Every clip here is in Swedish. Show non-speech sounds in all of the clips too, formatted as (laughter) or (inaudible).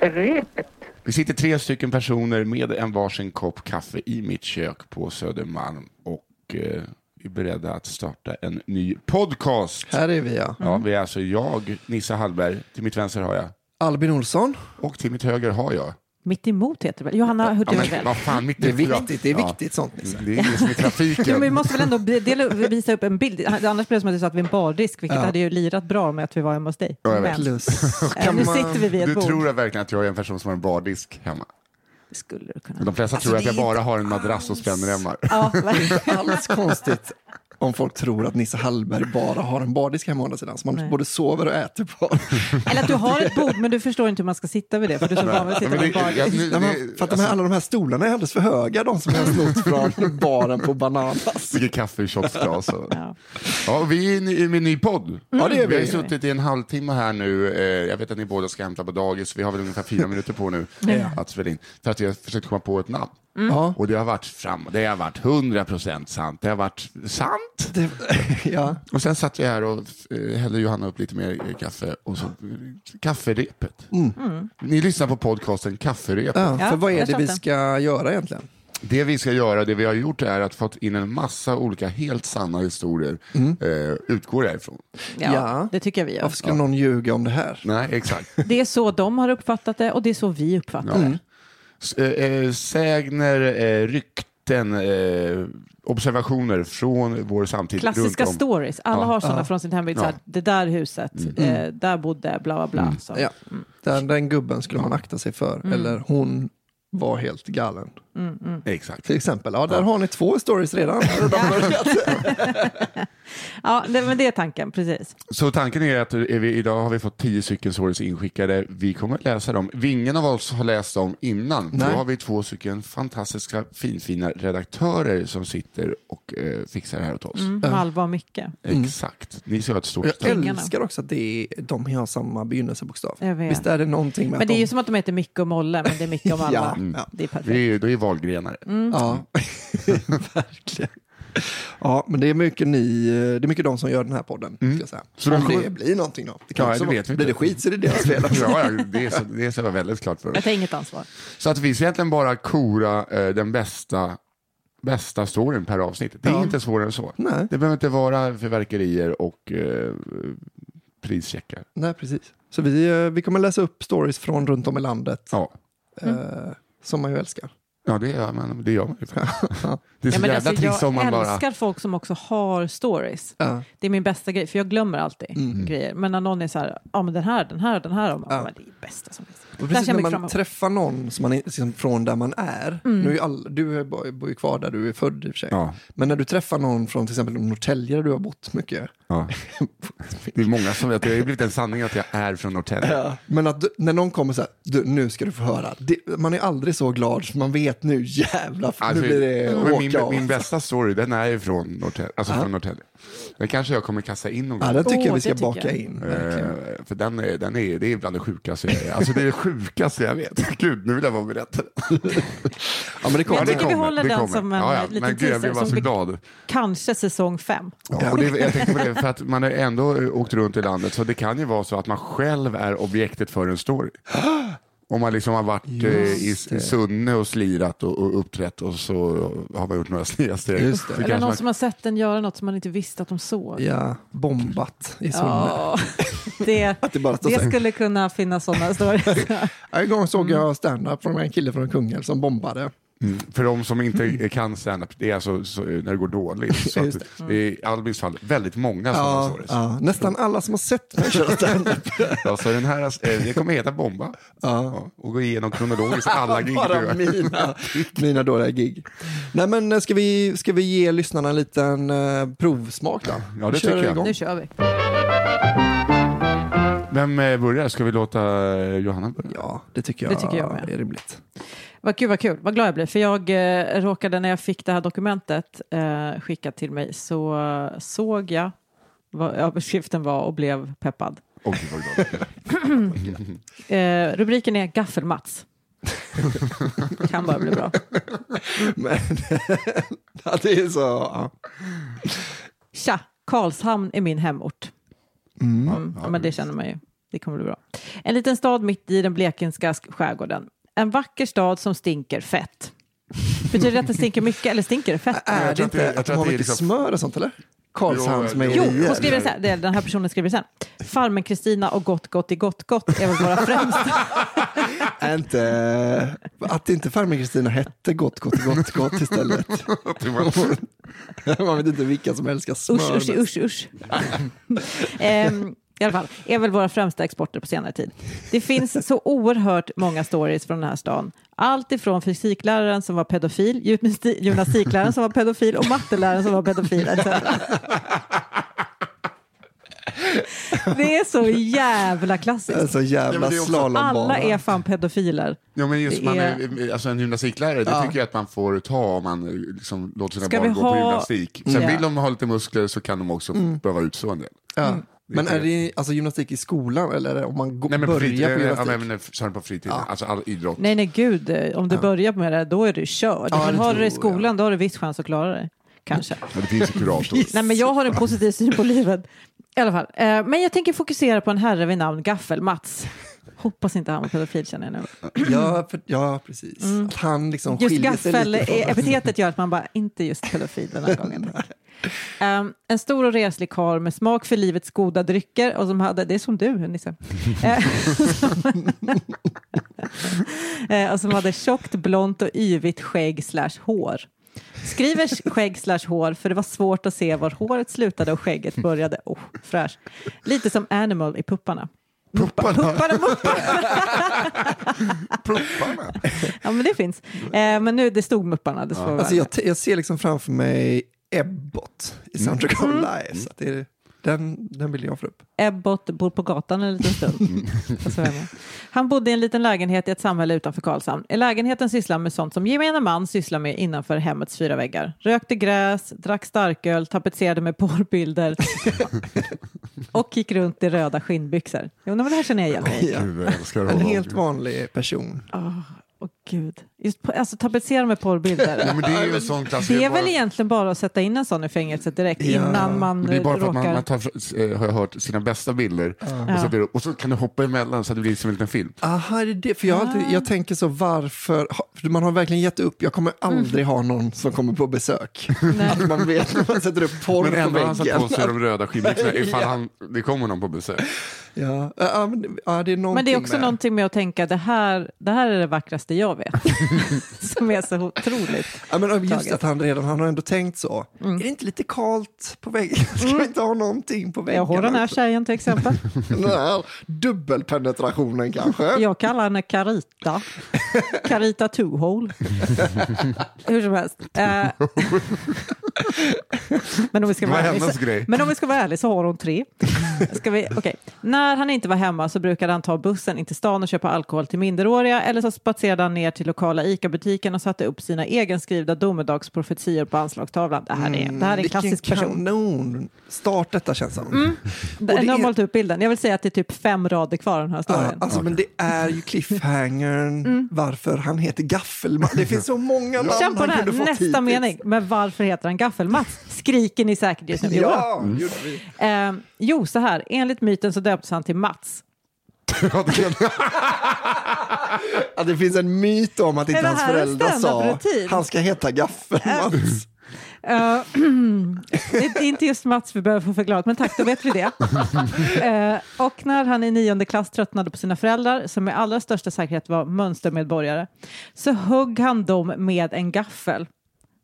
repet. Vi sitter tre stycken personer med en varsin kopp kaffe i mitt kök på Södermalm och eh, är beredda att starta en ny podcast. Här är vi ja. Ja, vi är alltså jag, Nissa Hallberg, till mitt vänster har jag Albin Olsson. och till mitt höger har jag. Mitt emot heter det väl? Johanna Hurtig Ja, Lundell. men, vad fan, mitt Det är emot. viktigt, det är Ja. viktigt sånt. Nisse. Det är ingen som i Jo, (laughs) trafiken. men vi måste väl ändå be- dela, upp- visa upp en bild. Annars blir det som att du satt vid en bardisk, vilket hade ju lirat bra med att vi var hemma hos dig. Ja, jag vet. men, Plus. eh, nu sitter vi vid ett Du bord. tror verkligen att jag är en person som har en bardisk hemma. Skulle du kunna. De flesta tror att jag bara har en madrass och spännremmar. Ja, verkligen. Alls konstigt om folk tror att Nisse Hallberg bara har en bardisk hemma å andra sidan som man Nej. både sover och äter på. Eller att du har ett bord, men du förstår inte hur man ska sitta vid det, för du är så van vid att sitta Men vid en det- jag- bardisk. nu- Nej, det- men, alltså- för att de här, alla de här stolarna är alldeles för höga, de som jag har snott (laughs) från baren på Bananas. Dricker kaffe i tjocksglas. Och... Ja. Ja, och vi är ny- med en ny podd. Ja, det är vi har ju vi. suttit i en halvtimme här nu. Eh, Jag vet att ni båda ska hämta på dagis. Vi har väl ungefär fyra minuter på nu att spela in. För att vi har försökt komma på ett namn. Mm. Ja. Och det har varit fram. Det har varit 100 procent sant. Det har varit sant. Det, ja. Och sen satt vi här och eh, hällde Johanna upp lite mer eh, kaffe. Och så eh, kafferepet. Mm. Ni lyssnar på podcasten Kafferepet. Ja, Ja, för vad är jag det vi köpte. ska göra egentligen? Det vi ska göra, det vi har gjort är att fått in en massa olika helt sanna historier. Eh, utgår därifrån. Ja, Ja. det tycker jag vi gör. Varför skulle någon ljuga om det här? Nej, exakt. Det är så de har uppfattat det och det är så vi uppfattar Ja. S- eh, eh, sägner, eh, rykten, eh, observationer från vår samtid. Klassiska runt om. stories. Alla har sådana Ja. från sin hembygd. Ja. Mm. Så här, det där huset, eh, där bodde bla bla bla. Så. Ja. Den, den gubben skulle man akta sig för, Mm. eller hon var helt galen. Exakt. Till exempel, ja där har ni två (laughs) stories redan. Ja, det, men det är tanken, precis. Så tanken är att är vi, idag har vi fått tio stycken stories inskickade. Vi kommer att läsa dem. Ingen av oss har läst dem innan. Då Nej. har vi två stycken fantastiska finfina redaktörer som sitter och eh, fixar det här åt oss. Mm. Mm. Malva och mycket. Exakt. Ni ska ha ett stort Jag tack. Pengarna. älskar också att det är, de har samma begynnelsebokstav. Jag vet. Visst är det någonting med Men att det är ju de... som att de heter Micke och Molle, men det är Micke och Malva. Ja, Mm. ja. Det är perfekt. Vi är, det är valgrenare. Mm. Ja, (laughs) verkligen. Ja, men det är, mycket ni, det är mycket de som gör den här podden. Ska jag säga. Mm. Så de Om kommer- det blir någonting då. Det Ja, också det vara- vet vi inte. Blir det skit så är det deras fel. (laughs) Ja, (laughs) ja, det, är så, det ska vara väldigt klart för oss. Jag tar inget ansvar. Så att vi ska egentligen bara kora eh, den bästa, bästa storyn per avsnitt. Det är inte svårare än så. Nej. Det behöver inte vara förverkerier och eh, prischeckar. Nej, precis. Så vi, eh, vi kommer läsa upp stories från runt om i landet Ja. Mm. eh, som man ju älskar. Ja, det gör man, (laughs) det gör man ju. Det är så Ja, men jävla alltså, trist om man jag bara... älskar folk som också har stories. Ja. Det är min bästa grej, för jag glömmer alltid Mm. grejer. Men när någon är så här, ja men den här, den här, den här, och man, ja. men det är det bästa som finns. Och Där precis ser jag när mycket man fram emot. träffar någon som man är, liksom, från där man är, Mm. nu är ju all, du är bara- bor ju kvar där du är född i och för sig, Ja. men när du träffar någon från till exempel Norrtälje där du har bott mycket, Ja. Det är många som vet, det har ju blivit en sanning att jag är från Norrtälje. men att du, när någon kommer så här, du, nu ska du få höra, det, man är aldrig så glad för man vet nu jävlar, Alltså, nu blir det men åka min, av. min bästa story, den är ju från Norrtälje. Alltså från Norrtälje. Den kanske jag kommer kasta in någon Ja, den tycker Åh, jag vi det ska tycker baka jag. in. Eh, för den är, den är, det är bland det sjukaste jag, alltså det är det sjukaste jag vet. (laughs) Gud, nu vill jag vara berättare. (laughs) Ja, men det Jag kommer. tycker vi håller den som en, eh, liten Men gud, jag teaser blev bara som så vi- glad. Kanske säsong fem. Ja, och det, jag tänkte på det, för att man har ändå eh, åkt runt i landet, så det kan ju vara så att man själv är objektet för en story. Om man liksom har varit eh, i i Sunne och slirat och, och uppträtt och så har man gjort några sneda steg. Just det. Så Eller kanske någon man- som har sett den göra något som man inte visste att de såg. Ja, bombat i Sunne. Ja, (laughs) (laughs) det, det bara står så det här. skulle kunna finnas sådana stories. En gång såg Mm. jag stand-up från en kille från Kungälv som bombade. Mm. För de som inte kan stand-up, det är alltså så, när det går dåligt. Så att, Just det är i Albins fall väldigt många sådana stories. ja, nästan alla som har sett mig köra (laughs) stand-up. Ja, så den här, eh, det kommer heta Bomba. Ja, och gå igenom kronologiskt alla gig du Bara gör. (laughs) mina, mina dåliga gig. Nej, men eh, ska vi, ska vi ge lyssnarna en liten eh, provsmak då? Ja, det Kör tycker jag. igång. Nu kör vi. Vem eh, börjar? Ska vi låta eh, Johanna börja? Ja, det tycker jag, Det tycker jag med. är rimligt. Vad kul, vad kul. Vad glad jag blir. För jag eh, råkade när jag fick det här dokumentet eh, skickat till mig så eh, såg jag vad överskriften var och blev peppad. Oj, vad glad jag blev. Eh, rubriken är Gaffel-Mats. kan bara bli bra. Men (laughs) ja, det är så... Ja. Tja, Karlshamn är min hemort. Mm. Ja, men det känner man ju. Det kommer bli bra. En liten stad mitt i den blekingska skärgården. En vacker stad som stinker fett. Betyder det att det stinker mycket eller stinker det fett? Är jag det tror att inte det- att jag de tror har att det är mycket liksom- smör och sånt eller? Äh, Karlshamns Jo, mejeri. jo. Jo, hon skriver så här, det är- den här personen skriver sen. Farmen Kristina och Gott Gott i Gott Gott är väl våra främsta. Är inte... Att inte farmen Kristina hette Gott Gott Gott Gott (laughs) istället. Man vet inte vilka som älskar smör. Usch, usch, mest. usch, usch. Ehm, I alla fall, är väl våra främsta exporter på senare tid. Det finns så oerhört många stories från den här stan. Allt ifrån fysikläraren som var pedofil, gymnasti- gymnastikläraren som var pedofil och matteläraren som var pedofil. etc. Det är så jävla Det är klassiskt. Så jävla men det är också- slalombana. Alla är fan pedofiler. Ja, men just Det man är- är... alltså en gymnastiklärare, det Ja. tycker jag att man får ta om man eh, liksom, låter sina Ska vi barn gå på ha- gymnastik. Sen Ja. vill de ha lite muskler så kan de också behöva utstå en del. Ja. Men är det alltså, gymnastik i skolan eller är det om man går, Nej, men på börjar fritiden, eh, på ja, gymnastik? men, men, så är det på fritiden, alltså all idrott. Nej, nej, gud. eh, Om du börjar med det, då är du körd. Ja, men det har du det i tror jag. skolan, då har du viss chans att klara det. (laughs) Kanske. Men det finns ju kurator. Nej, men jag har en positiv syn på livet. I alla fall. Eh, Men jag tänker fokusera på en herre vid namn Gaffel-Mats. Hoppas inte han var pedofil känner jag nu. (clears throat) Ja, för, ja precis. Att han liksom Just skiljer sig lite från gaffel-epitetet gör att man bara, inte just pedofil den (laughs) här gången. Ehm, en stor och reslig karl med smak för livets goda drycker och som hade, det är som (laughs) du Nisse, Eh, Eh, (laughs) och som hade tjockt, blont och yvigt skägg slash hår. Skriver skägg slash hår för det var svårt att se var håret slutade och skägget började. Oh, fräsch. Lite som Animal i Pupparna. Pupparna? Pupparna, Pupparna. Ja, men det finns. Eh, men nu, det stod Mupparna. Det ja. Alltså jag, jag ser liksom framför mig Ebbot i Mm. Soundtrack of Life. Så att det är, den, den bilden jag får upp. Ebbot bor på gatan en liten Mm. stund. Och så är man. Han bodde i en liten lägenhet i ett samhälle utanför Karlshamn. I lägenheten sysslar han med sånt som gemene man sysslar med innanför hemmets fyra väggar. Rökte gräs, drack starköl, tapetserade med (laughs) porrbilder och gick runt i röda skinnbyxor. Jo, men det här känner jag igen mig i. Gud, jag älskar En honom. helt vanlig person. Åh, gud. Just på, alltså tapetsera med porrbilder. Ja, men (laughs) det är ju en sån klassiker. Det är bara- väl egentligen bara att sätta in en sån i fängelset direkt Ja. innan man Det är bara för råkar... att man, man tar, eh, har jag hört, sina bästa bilder och, så blir det, och så kan du hoppa emellan så att det blir som en liten film. Aha, är det det? För jag, har alltid, jag tänker så varför, ha- för man har verkligen gett upp, jag kommer aldrig ha någon som kommer på (laughs) besök. Nej. Att man vet när man sätter upp porr Men på ändå har han satt på sig (laughs) väggen. de röda skinnbyxorna ifall han, det kommer någon på besök. Ja, ja, men, ja, det är Men det är någonting också med- någonting med att tänka det här, det här är det vackraste jag (laughs) vet. som är så otroligt. Ja, men just taget. att han redan han har ändå tänkt så. Mm. Är det inte lite kallt på (laughs) väggen? Ska vi inte ha någonting på väggen? Jag har den (laughs) här tjejen till exempel. Den här dubbelpenetrationen kanske. Jag kallar henne Carita. Carita Two-Hole. Hur som helst. Eh, Men om, vi ska Det var vara ärlig, hennes så, grej. men om vi ska vara ärliga så har hon tre. Ska vi, okej. När han inte var hemma så brukade han ta bussen in till stan och köpa alkohol till minderåriga eller så spatserade han ner till lokala ICA-butiken och satte upp sina egenskrivna domedagsprofetior på anslagstavlan. Det här är, (laughs) det här är Mm, en Vilken klassisk person. Mm. kanon start detta känns som. Den det har är- målt upp bilden. Jag vill säga att det är typ fem rader kvar den här Ja, storyn. alltså, men det är ju cliffhangern varför han heter Gaffelman. Det finns så många namn Mm. Känn på han den här, kunde fått nästa hittills. mening. Men varför heter han Gaffelmats? Skriker ni säkert just nu. Ja, gjorde vi. Jo, eh, jo, så här. Enligt myten så döptes han till Mats. Ja, det kan- Ja, det finns en myt om att Är inte det hans här en föräldrar sa standardrutin? han ska heta (laughs) Gaffelmans. Eh, (clears throat) det är inte just Mats vi behöver få förklarat, men tack, då vet vi det. Eh, och när han i nionde klass tröttnade på sina föräldrar, som med allra största säkerhet var mönstermedborgare, så högg han dem med en gaffel.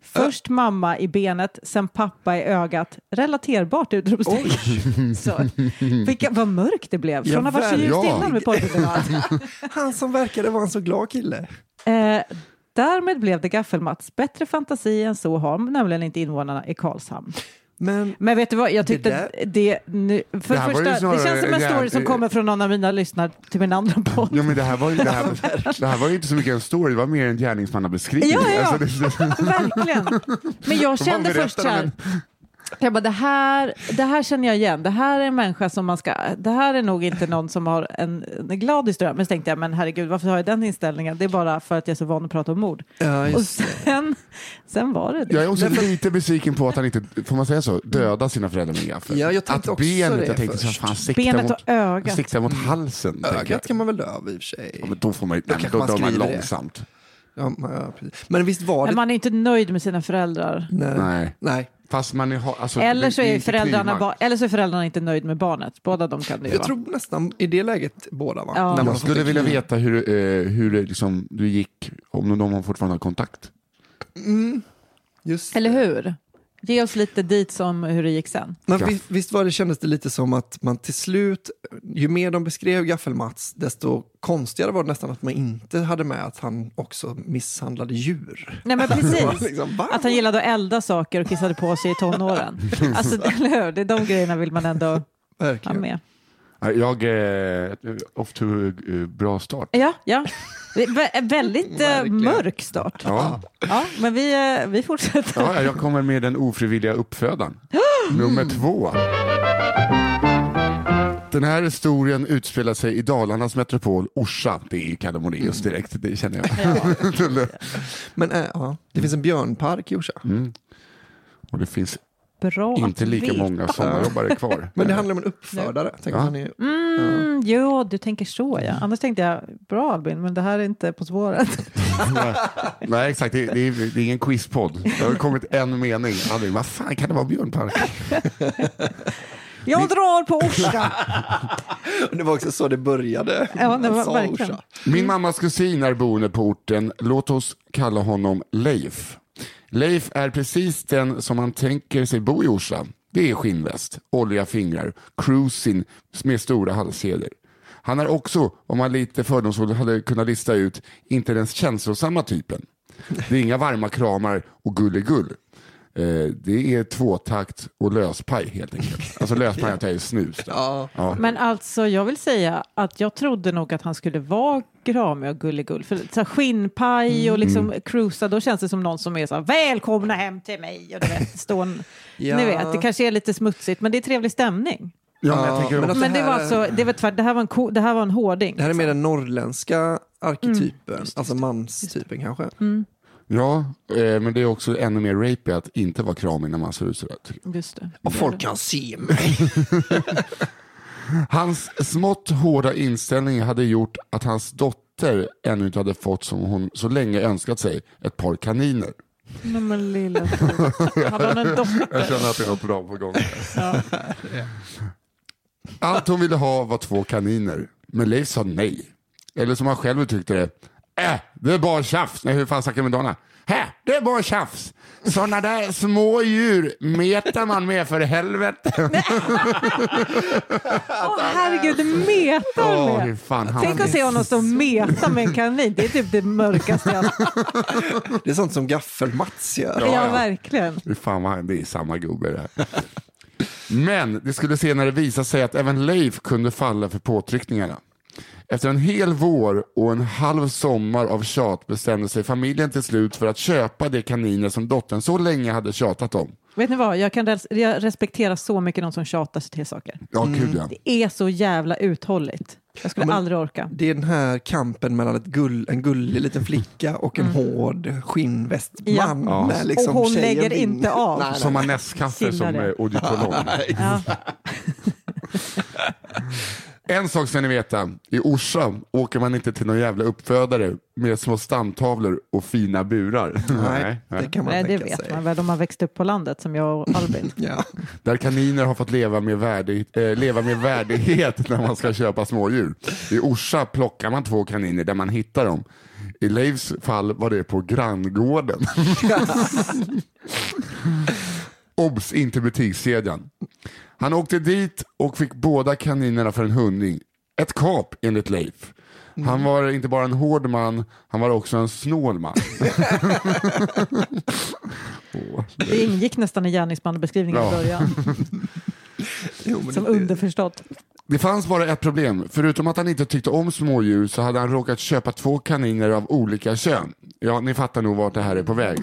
Först mamma i benet, sen pappa i ögat. Relaterbart utropstecken. (laughs) Så, Vilka, vad mörkt det blev. Från att ha varit så ljust verkligen. innan med porrbilderna och allt. Han som verkade vara en så glad kille. Eh, därmed blev det Gaffelmats. Bättre fantasi än så har nämligen inte invånarna i Karlshamn. Men Men vet du vad, jag tyckte Det det, det nu, för Det det, här var ju första, det snarare- känns som en det här- story som kommer från någon av mina lyssnare till min andra podd. ja, men det, här var, ju- det, här, det här var ju inte så mycket en story, det var mer en (laughs) Alltså, gärningsmannabeskrivning. Ja, ja, ja. Alltså, det, Verkligen. Men jag man kände berättar först så om här, en- Jag bara, det här, det här känner jag igen. Det här är en människa som man ska... Det här är nog inte någon som har en, en glad historia. Men så tänkte jag, men herregud, varför har jag den inställningen? Det är bara för att jag är så van att prata om mord. Ja, Och just. sen, sen var det det. Jag är också lite besviken på att han inte, får man säga så, dödar sina föräldrar med gaffel. Ja, jag att tänkte också benet, det jag tänkte så här, först. fan sikta Benet mot, och ögat. sikta mot halsen. tänker jag. Mm. Ögat kan man väl dö av i och för sig. Ja, men då får man, nej, men kanske då man dör man skriver det. långsamt. Ja, men, ja, precis. men visst var det... Men man är inte nöjd med sina föräldrar. Nej. Nej. Nej. Fast man är, alltså, Eller det- så det är, inte föräldrarna, knivmark. ba- eller så är föräldrarna inte nöjda med barnet. Båda de kan det ju Jag vara. tror nästan i det läget båda va? Ja. man har Jag fått skulle en vilja kniv. veta hur, eh, hur det liksom, du gick, om de har fortfarande har kontakt. Just. Eller hur? Ge oss lite dit som hur det gick sen. Men Gaff. visst, visst var det, kändes det lite som att man till slut, eh, ju mer de beskrev Gaffel-Mats, desto konstigare var det nästan att man inte hade med att han också misshandlade djur. (laughs) Nej men (laughs) precis. Liksom, va? Att han gillade att elda saker och kissade på sig i (laughs) tonåren. Alltså, (laughs) eller hur? Det är de grejerna vill man ändå ha Verkligen. med. Nej, Jag, eh, off to eh, bra start. Ja, ja. Det är vä- Väldigt eh, Verkligen. mörk start. Ja. Ja, men vi, eh, vi fortsätter. Ja, jag kommer med den ofrivilliga (gasps) uppfödaren. Nummer två. Den här historien utspelar sig i Dalarnas metropol Orsa. Det är ju Kalle Moraeus direkt, det känner (laughs) jag. Men äh, ja, det finns en björnpark i Orsa. Mm. Och det finns Bra (laughs) att inte lika veta. många sommarjobbare kvar. (laughs) Men det handlar om en uppfödare. Tänk Ja. om han är, (laughs) Mm, ja, du tänker så ja. Annars tänkte jag, bra Albin, men det här är inte På spåret. Nej, exakt. Det är, det är, det är ingen quizpodd. Det har kommit en mening. Aldrig, vad fan kan det vara Björn Park? Jag drar på Orsa! Det var också så det började. Ja, det var Sa verkligen. Orsa. Min mammas kusin är boende på orten. Låt oss kalla honom Leif. Leif är precis den som man tänker sig bo i Orsa. Det är skinnväst, olja fingrar, cruising med stora halskedjor. Han är också, om man lite fördomsfullt hade kunnat lista ut, inte den känslosamma typen. Det är inga varma kramar och gulligull. Eh, det är tvåtakt och löspaj helt enkelt. Alltså löspaj är att jag är snus. då. Ja. Ja. Men alltså, jag vill säga att jag trodde nog att han skulle vara kramig och gullegull. För så här, skinnpaj Mm. och liksom cruisa, då känns det som någon som är så här, välkomna hem till mig. Och du vet, stå en, (laughs) Ja. Ni vet, det kanske är lite smutsigt, men det är trevlig stämning. Ja, men jag tänker men också- att Men det här var är- alltså, det var tvärt, det här var en, ko, det här var en hårding. Det här är mer den norrländska Mm. arketypen, alltså manstypen kanske. Ja, eh, men det är också ännu mer rapey att inte vara kramig när man ser ut sådär. tycker jag. Just det. Och folk kan se (laughs) mig. Hans smått hårda inställning hade gjort att hans dotter ännu inte hade fått som hon så länge önskat sig, ett par kaniner. Nej, men (laughs) lilla Tor. Hade han en dotter? Jag känner att det är något bra på gång. Ja. Allt hon ville ha var två kaniner, men Leif sa nej. Eller som han själv uttryckte det, äh, det är bara tjafs. Nej, hur fan snackar man dana? Hä, det är bara tjafs. Sådana där små djur metar man med för helvete. Åh herregud, det metar Åh, med. hur fan, han Tänk att se honom stå och meta med en kanin. Det är typ det mörkaste (laughs) jag Det är sånt som Gaffel-Mats gör. Ja, ja. verkligen. Hur fan vad han, det är samma gubbe det här. (laughs) Men det skulle senare visa sig att även Leif kunde falla för påtryckningarna. Efter en hel vår och en halv sommar av tjat bestämde sig familjen till slut för att köpa de kaniner som dottern så länge hade tjatat om. Vet ni vad, jag kan res- jag respekterar så mycket någon som tjatar sig till saker. Ja, gud ja. Det är så jävla uthålligt. Jag skulle Ja, men- (laughs) aldrig orka. Det är den här kampen mellan ett gull, en gullig liten flicka och en hård skinnvästman. Mm. Ja. när liksom Och hon tjejen lägger vinner. inte av. Nej, nej. Som har näskaffe som Sillare. eh, audikolog. Ja. En sak ska ni veta. I Orsa åker man inte till någon jävla uppfödare med små stamtavlor och fina burar. (laughs) Nej, det kan man Nej, det tänka vet sig. man väl om man växt upp på landet som jag (laughs) och Albin. Ja. Där kaniner har fått leva med, värdig, eh, leva med värdighet när man ska köpa smådjur. I Orsa plockar man två kaniner där man hittar dem. I Leifs fall var det på granngården. Obs, inte butikskedjan. Han åkte dit och fick båda kaninerna för en hundring. Ett kap enligt Leif. Han var inte bara en hård man, han var också en snål man. Åh. Det ingick nästan i gärningsmannebeskrivningen Ja. (laughs) i början, Jo, men som det- underförstått. Det fanns bara ett problem. Förutom att han inte tyckte om smådjur så hade han råkat köpa två kaniner av olika kön. Ja, ni fattar nog vart det här är på väg.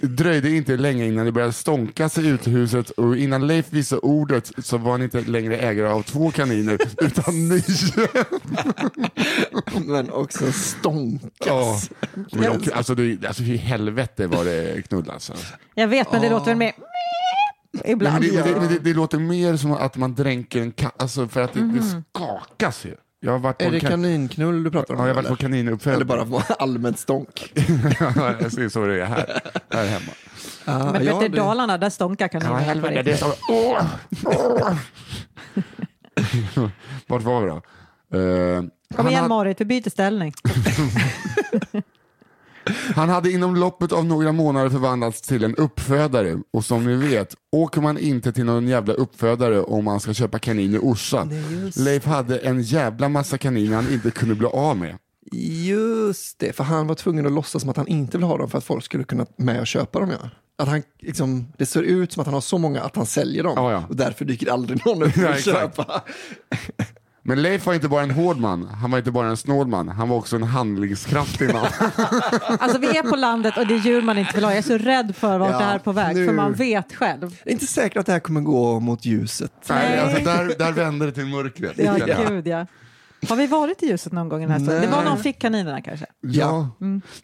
Det dröjde inte länge innan det började stånkas i uthuset och innan Leif visade ordet så var han inte längre ägare av två (laughs) kaniner utan nio. (laughs) Men också stånkas. Ja. Men de, alltså, det, alltså i helvete var det knull alltså. Jag vet, men det låter väl mer Nej, men ibland. det, men det, men det, det låter mer som att man dränker en ka- alltså för att det, det skakas ju. Jag har varit på, Mhm. Är en det kan- kaninknull du pratar om? ja, jag har varit på eller? kaninuppfödning. eller bara (laughs) allmänt (laughs) stånk? Ja, (laughs) jag ser så det är här, här hemma. Ah, Men ja, vet du, det- Dalarna, där stånkar Ja, kaninerna. på helvete. Det är riktigt. så... Åh! Åh! (laughs) Vart var vi då? Eh, Kom han, igen hade, Marit, vi byter ställning. han hade inom loppet av några månader förvandlats till en uppfödare och som ni vet åker man inte till någon jävla uppfödare om man ska köpa kanin i Orsa. Leif hade en jävla massa kaniner han inte kunde bli av med. Just det, för han var tvungen att låtsas som att han inte vill ha dem för att folk skulle kunna med och köpa dem. Ja. Att han, liksom, det ser ut som att han har så många att han säljer dem Ja, ja. och därför dyker (laughs) aldrig någon upp Ja, och exakt. köpa. Men Leif var inte bara en hård man, han var inte bara en snål man, han var också en handlingskraftig man. Alltså vi är på landet och det är djur man inte vill ha. Jag är så rädd för vart Ja, det här är på väg, nu. för man vet själv. Det är inte säkert att det här kommer gå mot ljuset. Nej, (laughs) Nej. alltså där, där vände det till mörkret. Ja, känner jag. gud ja. Har vi varit i ljuset någon gång i den här staden? Det var Nej. någon fick kaninerna kanske. Ja.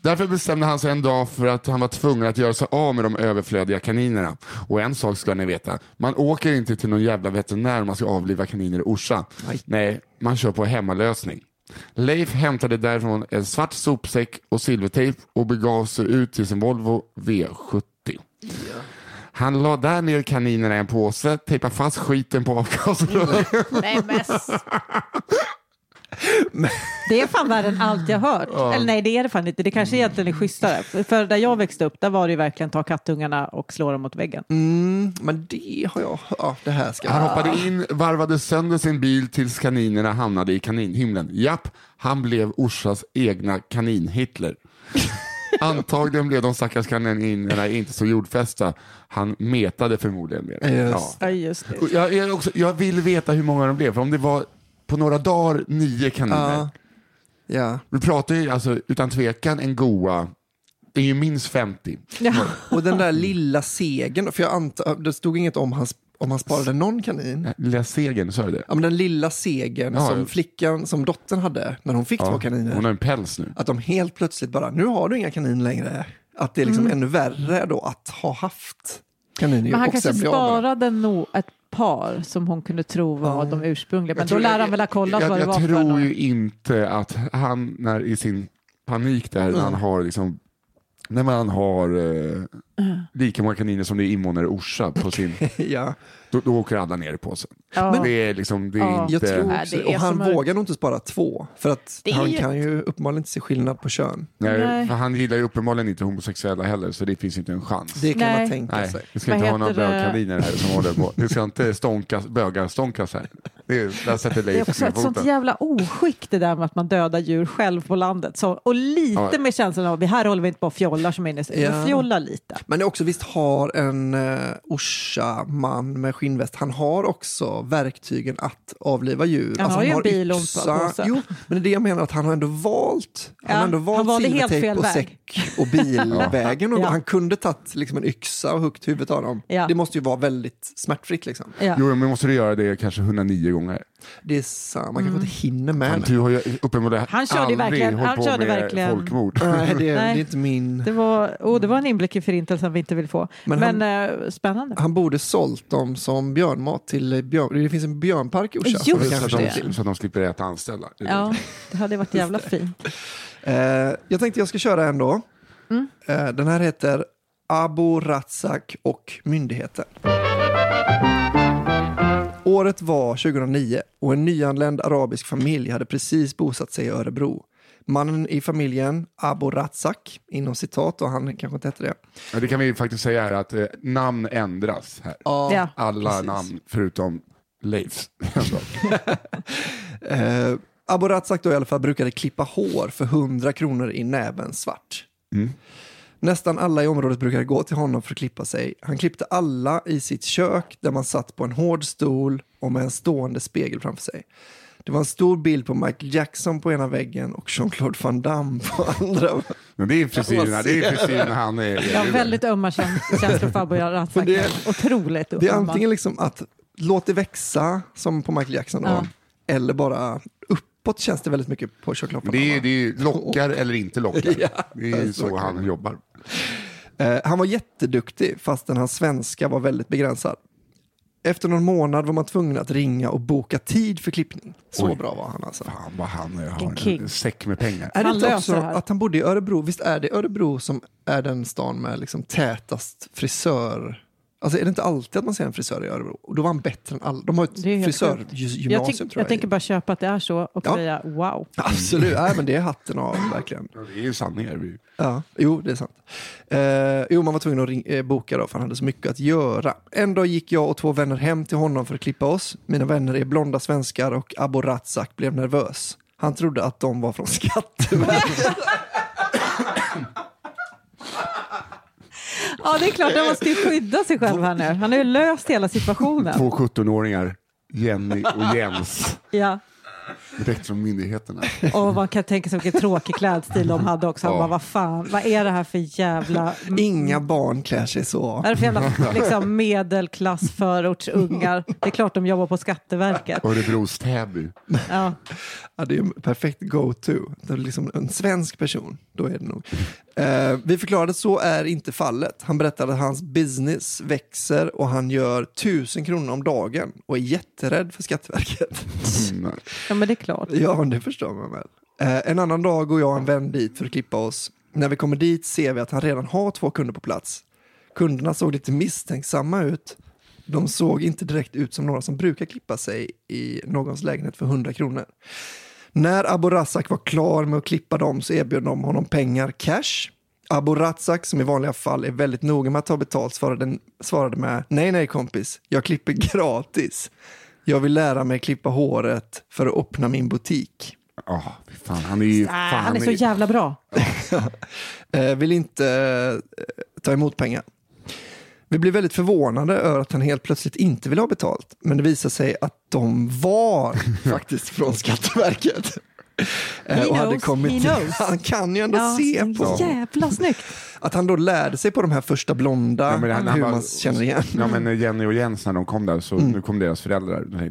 Därför bestämde han sig en dag för att han var tvungen att göra sig av med de överflödiga kaninerna. Och en sak ska ni veta, man åker inte till någon jävla veterinär om man ska avliva kaniner i Orsa. Nej. man kör på hemmalösning. Leif hämtade därifrån en svart sopsäck och silvertejp och begav sig ut till sin Volvo V70. Han la där ner kaninerna i en påse, tejpade fast skiten på avgasröret. Nej, men... Det är fan värre än allt jag hört. Eller nej, det är det fan inte. Det kanske egentligen är schysstare. För för där jag växte upp, där var det ju verkligen ta kattungarna och slå dem mot väggen. Mm, men det har jag ja, det här ska Han hoppade in, varvade sönder sin bil tills kaninerna hamnade i kaninhimlen. Japp, han blev Orsas egna (laughs) kanin-Hitler. Antagligen blev de stackars kaninerna inte så jordfästa. Han metade förmodligen mer. Just. Ja, just det. Och Jag, är också, jag vill veta hur många de blev, för om det var på några dagar nio kaniner. Ja. Ja. Vi pratar ju alltså utan tvekan en goa, det är ju minst 50. Ja. Och den där lilla segern, för jag antar, det stod inget om han, om han sparade någon kanin. Lilla segern, sa du det? Ja, men den lilla segern Ja, ja. som flickan, som dottern hade när hon fick två kaniner. Hon har en päls nu. Att de helt plötsligt bara, nu har du inga kaniner längre. Att det är liksom ännu värre då att ha haft kaniner Mm. Men han och kanske sen bli av med dem. sparade nog ett par som hon kunde tro var de ursprungliga. Men då tror- lär han väl ha kollat jag, vad det jag var för tror någon. ju inte att han när, i sin panik där, när han Mm. har liksom när man har eh, lika många kaniner som det är invånare i Orsa, på (laughs) sin, Ja, då, då åker alla ner i påsen. Ja. Det är liksom, det är Ja. inte... jag tror Nej, också det Och är så han mörkt. vågar nog inte spara två. För att Det är han ju- kan ju uppenbarligen inte se skillnad på kön. Nej, Nej. För han gillar ju uppenbarligen inte homosexuella heller, så det finns inte en chans. Det kan Nej. man tänka Nej, sig. vi ska Vad inte ha heter några det? bögkaniner här som håller på. Det ska inte stånkas, bögar stånkas här. Det är, där sätter Det är Leif också ner ett sånt foten. jävla oskick det där med att man dödar djur själv på landet. Så, och lite Ja. med känslan av att här håller vi inte på och fjollar som inne. Ja. Ja. Fjolla lite. Men det också, visst har en uh, Orsa-man med skinnväst, han har också verktygen att avliva djur. Alltså, Han har ju en bil och en yxa. påse. Jo, men det är det jag menar, att han har ändå valt, Ja, han har ändå han valt valde helt silvertejp fel och väg. säck och (laughs) bilvägen. Och Ja. Han kunde tagit liksom, en yxa och huggt huvudet av dem. Ja. Det måste ju vara väldigt smärtfritt. Liksom. Ja. Jo, men måste du göra det kanske 109 gånger? Det är sant, man Mm. kanske inte hinner Men med det. du har ju uppenbarligen Han körde aldrig verkligen- hållit han på körde med verkligen- folkmord. Nej, det, är- det Nej. är inte min... Det var, oh, det var en inblick i förintelsen vi inte vill få. Men, Men han- eh, spännande. Han borde sålt dem som björnmat till björn... Det finns en björnpark i Orsa. Just som vi det. Så kanske att, känner det. till. de, så att de slipper äta anställda. ja, det hade varit jävla fint. Eh, jag tänkte jag ska köra en då. Eh, den här heter Abu Razzak och myndigheten. Året var 2009 och en nyanländ arabisk familj hade precis bosatt sig i Örebro. Mannen i familjen, Abu Razzak, inom citat, och han kanske inte hette det. Ja, Det kan vi ju faktiskt säga är att eh, namn ändras här. Ja. Alla precis. namn förutom Leifs. Eh, Abu Razzak då i alla fall brukade klippa hår för 100 kronor i näven svart. Mm. Nästan alla i området brukade gå till honom för att klippa sig. Han klippte alla i sitt kök där man satt på en hård stol och med en stående spegel framför sig. Det var en stor bild på Michael Jackson på ena väggen och Jean-Claude Van Damme på (laughs) andra. Men det är frisyrerna, Man det är frisyrerna han är. Jag har väldigt (laughs) ömma kän- känslor för Abborre Razzak. Men det- Otroligt Det är ömma. antingen liksom att låt det växa, som på Michael Jackson, då, Ja. eller bara uppåt känns det väldigt mycket på Jean-Claude Van Det är, Damme. det är lockar eller inte lockar. Ja, Det är så så kan han jobbar. Eh, han var jätteduktig fastän hans svenska var väldigt begränsad. Efter någon månad var man tvungen att ringa och boka tid för klippning. Så Oj. bra var han alltså. Fan vad han är, Vilken har king. en säck med pengar. Är det Han inte löser också det här. att han bodde i Örebro? Visst är det Örebro som är den stan med liksom tätast frisör... Alltså är det inte alltid att man ser en frisör i Örebro? Och då var han bättre än alla. De har ett Det är helt sjukt. frisörgymnasium Jag, tror tänk, jag. jag tänker bara köpa att det är så och Ja. säga wow. Absolut, Nej, men det är hatten av verkligen. Ja, Det är ju sanningar. Vi- Ja, jo, det är sant. Eh, jo, man var tvungen att ring, eh, boka då, för han hade så mycket att göra. En dag gick jag och två vänner hem till honom för att klippa oss. Mina vänner är blonda svenskar och Abo Ratzak blev nervös. Han trodde att de var från Skatteverket. Ja, det är klart, han måste ju skydda sig själv här nu. Han har ju löst hela situationen. Två 17-åringar, Jenny och Jens, Ja. direkt från (laughs) myndigheterna. Och man kan tänka sig vilken tråkig klädstil de hade också. Han Ja. bara, vad fan, vad är det här för jävla... Inga barn klär sig så. Vad är det för jävla liksom, medelklassförortsungar? Det är klart de jobbar på Skatteverket. Örebros Täby. Ja. Ja, det är en perfekt go-to. Det är liksom en svensk person, då är det nog. Eh, vi förklarade att så är inte fallet. Han berättade att hans business växer och han gör tusen kronor om dagen och är jätterädd för Skatteverket. Mm. ja, men det är klart. Ja, men det förstår man väl. Eh, en annan dag går jag och en vän dit för att klippa oss. När vi kommer dit ser vi att han redan har två kunder på plats. Kunderna såg lite misstänksamma ut. De såg inte direkt ut som några som brukar klippa sig i någons lägenhet för 100 kronor. När Abu Razzak var klar med att klippa dem så erbjöd de honom pengar cash. Abu Razzak, som i vanliga fall är väldigt noga med att ta betalt, svarade, svarade med nej, nej kompis, jag klipper (laughs) gratis. Jag vill lära mig klippa håret för att öppna min butik. Ja, fy fan, han är ju... Äh, Fan, han är så jävla bra. (laughs) Eh, vill inte eh, ta emot pengar. Vi blev väldigt förvånade över att han helt plötsligt inte ville ha betalt. Men det visade sig att de (laughs) var faktiskt från Skatteverket. Eh, He och hade knows, kommit he knows. (laughs) Han kan ju ändå Ja, se så på jävla snyggt. Att han då lärde sig på de här första blonda, Ja, men han- hur han bara- man känner igen. Ja, men när Jenny och Jens när de kom där så Mm. nu kom deras föräldrar. Nu, nu,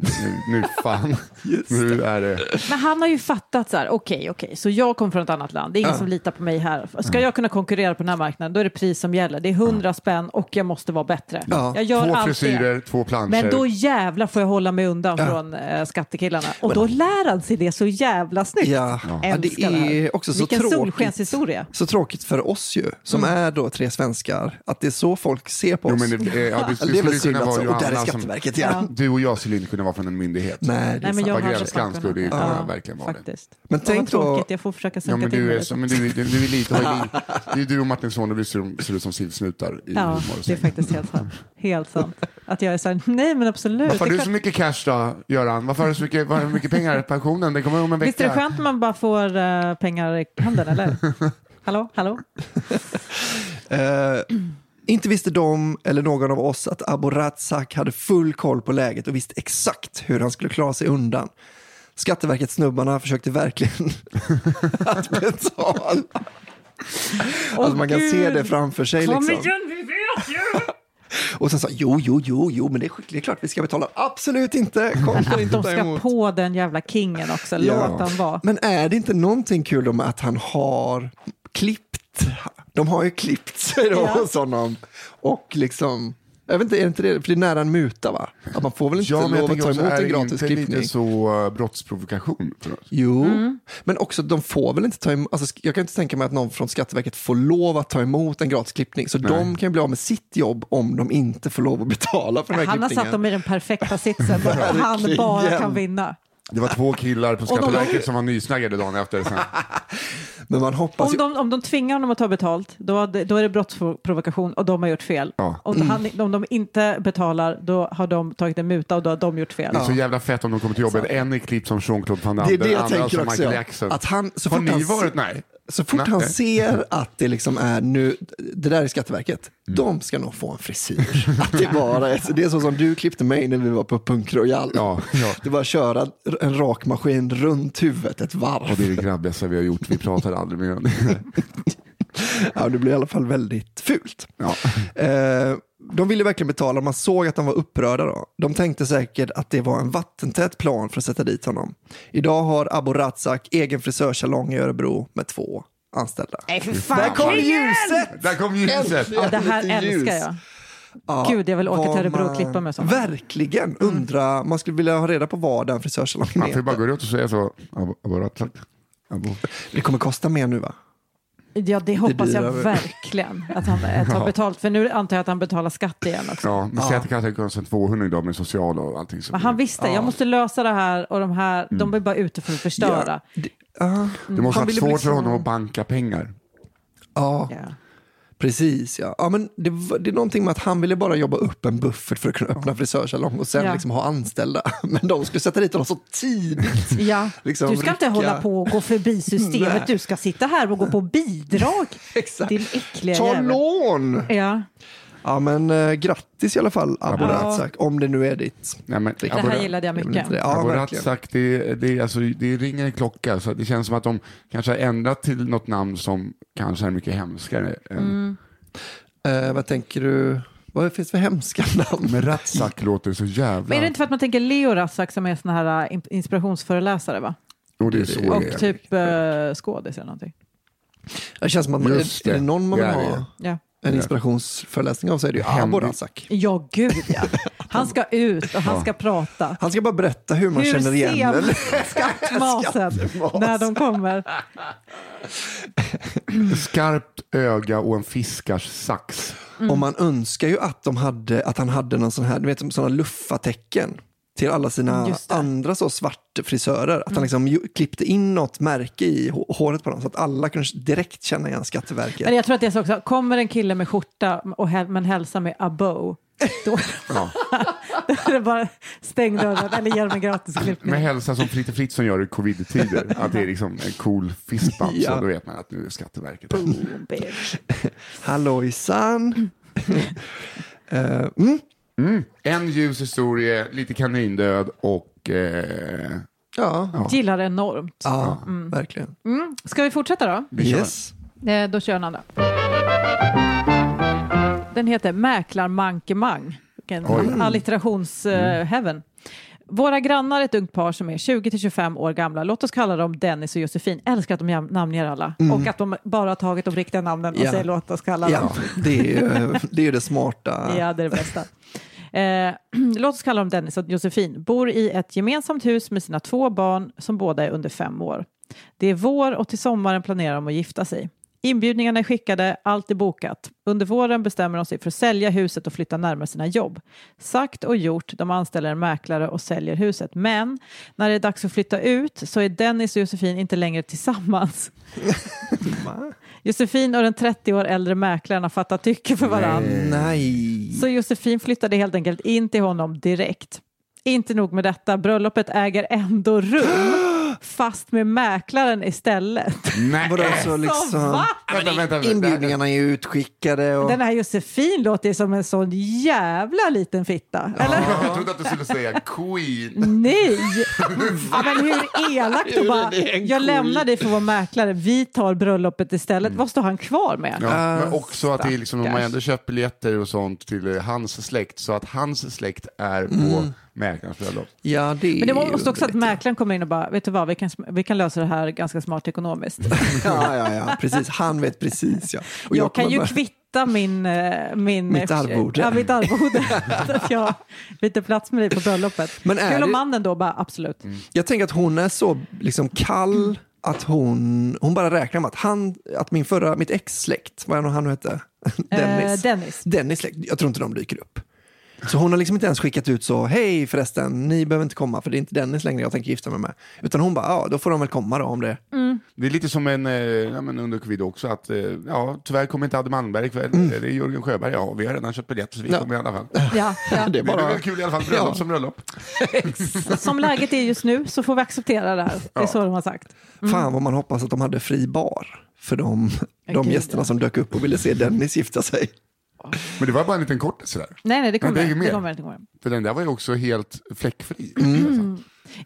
nu fan, Just nu är det... Men han har ju fattat så här, okej, okej, så jag kommer från ett annat land, det är ingen som litar på mig här. Ska jag kunna konkurrera på den här marknaden, då är det pris som gäller. Det är 100 spänn och jag måste vara bättre. Ja, Jag gör två allt frisyrer, det. två planscher. Men då jävlar får jag hålla mig undan från eh, skattekillarna. Och då lär han sig det så jävla snyggt. Ja. Ja, Älskar det är också så Vilken Mm. tråkigt. solskenshistoria. Så tråkigt för oss ju, som är då tre svenskar, att det är så folk ser på Jo, oss. men det, eh, ja, det, Ja, det är skulle väl synd kunna alltså. vara Och där är Johanna Skatteverket som... igen. Du och jag skulle inte kunna vara från en myndighet. Nej, det är Nej, men sant. jag Vad hade gränskan fan skulle det kunnat. kunna verkligen vara det. Faktiskt. Men Ja, tänk då- vad tråkigt, jag får försöka Ja, sänka men till du, mig är, lite. så- men du, du, du är lite... (laughs) Det är du och Martin Soneby som ser ut som sillsnutar i Ja, humor. det är faktiskt helt sant. Helt sant. Att jag är så här, nej men absolut. Varför har det är du så klart. mycket cash då, Göran? Varför har du så mycket, varför har du mycket pengar? Pensionen, den kommer om en vecka. Visst är det skönt när man bara får eh, pengar i (laughs) handen, eller? hallå, hallå? Eh, inte visste de eller någon av oss att Abu Razzak hade full koll på läget och visste exakt hur han skulle klara sig undan. Skatteverkets snubbarna försökte verkligen (laughs) att betala. alltså man kan se Gud. det framför sig. liksom. vi vet ju! Och sen sa jo, jo, jo, jo, men det är, skick- det är klart vi ska betala. Absolut inte! (laughs) Kom får inte ta De ska emot. på den jävla kingen också, Ja. låt han vara. Men är det inte någonting kul då med att han har klippt? De har ju klippt sig då Ja. hos honom. Och liksom, jag vet inte, är det inte det? För det är nära en muta va? Att man får väl inte Ja, men jag lov att tänker ta också, emot är en det gratis inte klippning? lite så eh, brottsprovokation? För oss? Jo, Mm. men också de får väl inte ta emot, alltså, sk- jag kan inte tänka mig att någon från Skatteverket får lov att ta emot en gratis klippning. Så de kan ju bli av med sitt jobb om de inte får lov att betala för den här Han har klippningen. satt dem i den perfekta sitsen där han Verkligen. bara kan vinna. Det var två killar på de- Skatteverket som var nysnaggade dagen efter. Sen. Men man hoppas Om ju de, om de tvingar honom att ta betalt, då, har det- då är det brottsprovokation och de har gjort fel. Ja. Om, han, om de inte betalar, då har de tagit en muta och då har de gjort fel. Det är så jävla fett om de kommer till jobbet. En är klippt som Jean-Claude Van Det Damme, är det den jag andra tänker som också. Michael Ja. Jackson. Att han, så Har fort han ni se- varit? Nej. Så fort Nej. han ser att det liksom är nu, det där är Skatteverket, Mm. De ska nog få en frisyr. (laughs) Att det, bara, är- det är så som du klippte mig när vi var på Punk Royal. Ja, ja. (laughs) Det var att köra en rak maskin runt huvudet ett varv. Och det är det grabbigaste vi har gjort. Vi pratar aldrig mer om det. Ja, det blev i alla fall väldigt fult. Ja. (laughs) Eh, de ville verkligen betala, man såg att de var upprörda då. De tänkte säkert att det var en vattentät plan för att sätta dit honom. Idag har Abo Razzak egen frisörsalong i Örebro med två anställda. Nej, för fan. Där kom ljuset! Där kom ljuset! Ja, det här Lite ljus. älskar jag. Ja, Gud, jag vill åka vad till Örebro och man- klippa mig Mm. i sommar. Verkligen, undra, man skulle vilja ha reda på vad den frisörsalongen Man får är. ju bara gå runt och säga så. Abo- abo- rattlak. Abo. Det kommer kosta mer nu va? Ja, det hoppas jag dyrare. verkligen att han eh, tar betalt. För nu antar jag att han betalar skatt igen också. Ja, men säg att det kanske kostar en 200 idag med sociala och allting. Så. Men han visste, jag måste lösa det här och de här, de är bara ute för att förstöra. Det, ja. det måste han ha varit ville svårt för bli så- honom att banka pengar. ja. Ja. Precis, ja. ja men det, var- det är någonting med att han ville bara jobba upp en buffert för att kunna öppna frisörsalong och sen Ja. liksom ha anställda. (laughs) Men de skulle sätta dit honom så (laughs) tidigt. Ja. Liksom du ska inte rycka. hålla på och (laughs) gå förbi Nej. systemet, du ska sitta här och gå på bidrag. (laughs) Exakt. Din äckliga Ta jävel. lån! Ja. Ja, men eh, grattis i alla fall, Abo Ja. Razzak, om det nu är ditt. Nej, men, Det här gillade jag Det är väl mycket. inte det. Ja, Abo verkligen. Razzak, det, det, är alltså, det ringer en klocka. Så det känns som att de kanske har ändrat till något namn som kanske är mycket hemskare. Än, Mm. Mm. Eh, vad tänker du? Vad finns det för hemska namn? Men Razzak låter så jävla... Men är det inte för att man tänker Leo Razzak som är sån här äh, in- inspirationsföreläsare va? Jo, det är så Och det är. typ eh, skådis eller någonting. Det känns som att man, Just är, det. är det någon man vill Det är ha Ja. en inspirationsföreläsning av så är det ju Abo Hemlig. Razzak. ja, gud ja. Han ska ut och han ska prata. Han ska bara berätta hur man Hur känner igen ser den. man (laughs) skattmasen (laughs) Skattmasen. när de kommer? Skarpt öga och en fiskars sax. Mm. Och man önskar ju att, de hade, att han hade någon sån här, du vet, som såna luffatecken till alla sina Mm, Just det. Mm. andra så svartfrisörer. Att han liksom ju- klippte in något märke i hå- håret på dem så att alla kunde direkt känna igen Skatteverket. Men jag tror att det är så också, kommer en kille med skjorta och häl- men hälsar med abo, då Ja. (laughs) då är det bara stäng dörren eller ge dem en gratis klippning. Med hälsa som Fritte Fritzson gör i (laughs) covid-tider. Att det är liksom en cool fistbump. Ja. Så då vet man att nu är Skatteverket Oh, bitch. Mm. Hallåjsan! Eh, mm. En ljus historia, lite kanindöd och... Eh, Ja, ja. Gillar det enormt. verkligen. Ska Mm. vi fortsätta då? Yes. Eh, då kör jag en andra. Den heter Mäklarmankemang. Vilken Oj. Allitterationsheaven. Mm. Våra grannar, ett ungt par som är 20-25 år gamla, låt oss kalla dem Dennis och Josefin, älskar att de jam- namnger alla och att de bara har tagit de riktiga namnen och Mm. Ja. säger låt oss kalla dem. Ja, det är ju det, är ju det smarta. Ja, det är det bästa. Eh, (clears throat) låt oss kalla dem Dennis och Josefin. Bor i ett gemensamt hus med sina två barn som båda är under fem år. Det är vår och till sommaren planerar de att gifta sig. Inbjudningarna är skickade, allt är bokat. Under våren bestämmer de sig för att sälja huset och flytta närmare sina jobb. Sagt och gjort, de anställer en mäklare och säljer huset. Men när det är dags att flytta ut så är Dennis och Josefin inte längre tillsammans. Josefin och den 30 år äldre mäklaren har fattat tycke för varandra. Nej. Så Josefin flyttade helt enkelt in till honom direkt. Inte nog med detta, bröllopet äger ändå rum, fast med mäklaren istället. nej! Vadå, alltså, så (laughs) Så liksom, va? Vänta, vänta, vänta. inbjudningarna är ju utskickade. Och... Den här Josefin låter ju som en sån jävla liten fitta. Eller? Jag trodde att du skulle säga Queen. (laughs) Nej! Ja, men hur elakt att bara, det en jag cool- Mm. lämnar dig för att vara mäklare, vi tar bröllopet istället. Vad står han kvar med? Ja, Ah, men också att det är liksom, de har stackars. ändå köpt biljetter och sånt till eh, hans släkt, så att hans släkt är på Mm. mäklarens bröllop. Ja, det är Men det ju måste också att underligt. mäklaren kommer in och bara, vet du vad, vi kan, sm- vi kan lösa det här ganska smart ekonomiskt. Ja, ja, ja, precis. Han vet precis. Ja. Och jag, kan kommer ju bara- kvitta min, eh, min... Mitt arvode. Ja, mitt arvode. (laughs) att jag byter plats med dig på bröllopet. Men är Kul om det- mannen då bara, absolut. Mm. Jag tänker att hon är så liksom kall att hon, hon bara räknar med att, han, att min förra, mitt ex släkt, vad är nu han nu hette? Dennis. Eh, Dennis. Dennis släkt, jag tror inte de dyker upp. Så hon har liksom inte ens skickat ut så, hej förresten, ni behöver inte komma för det är inte Dennis längre jag tänker gifta mig med. Utan hon bara, ja då får de väl komma då om det. Det är lite som en, eh, ja, men under covid också, att eh, ja, tyvärr kommer inte Adde Malmberg ikväll, det är Jörgen Sjöberg, ja, vi har redan köpt biljetter så vi Mm. Ja. kommer i alla fall. Ja, (laughs) Det ja. är Men Det är bara, väl kul i alla fall, bröllop Ja. som bröllop. Som läget är just nu så får vi acceptera det här. Det är så de har sagt. fan vad man hoppas att de hade fri bar för de, de Gud, gästerna ja. som dök upp och ville se Dennis gifta sig. Men det var bara en liten kortis sådär. Nej, nej, det Ja, det kommer. är ju Det, mer. kommer, det kommer. För den där var ju också helt fläckfri. Mm.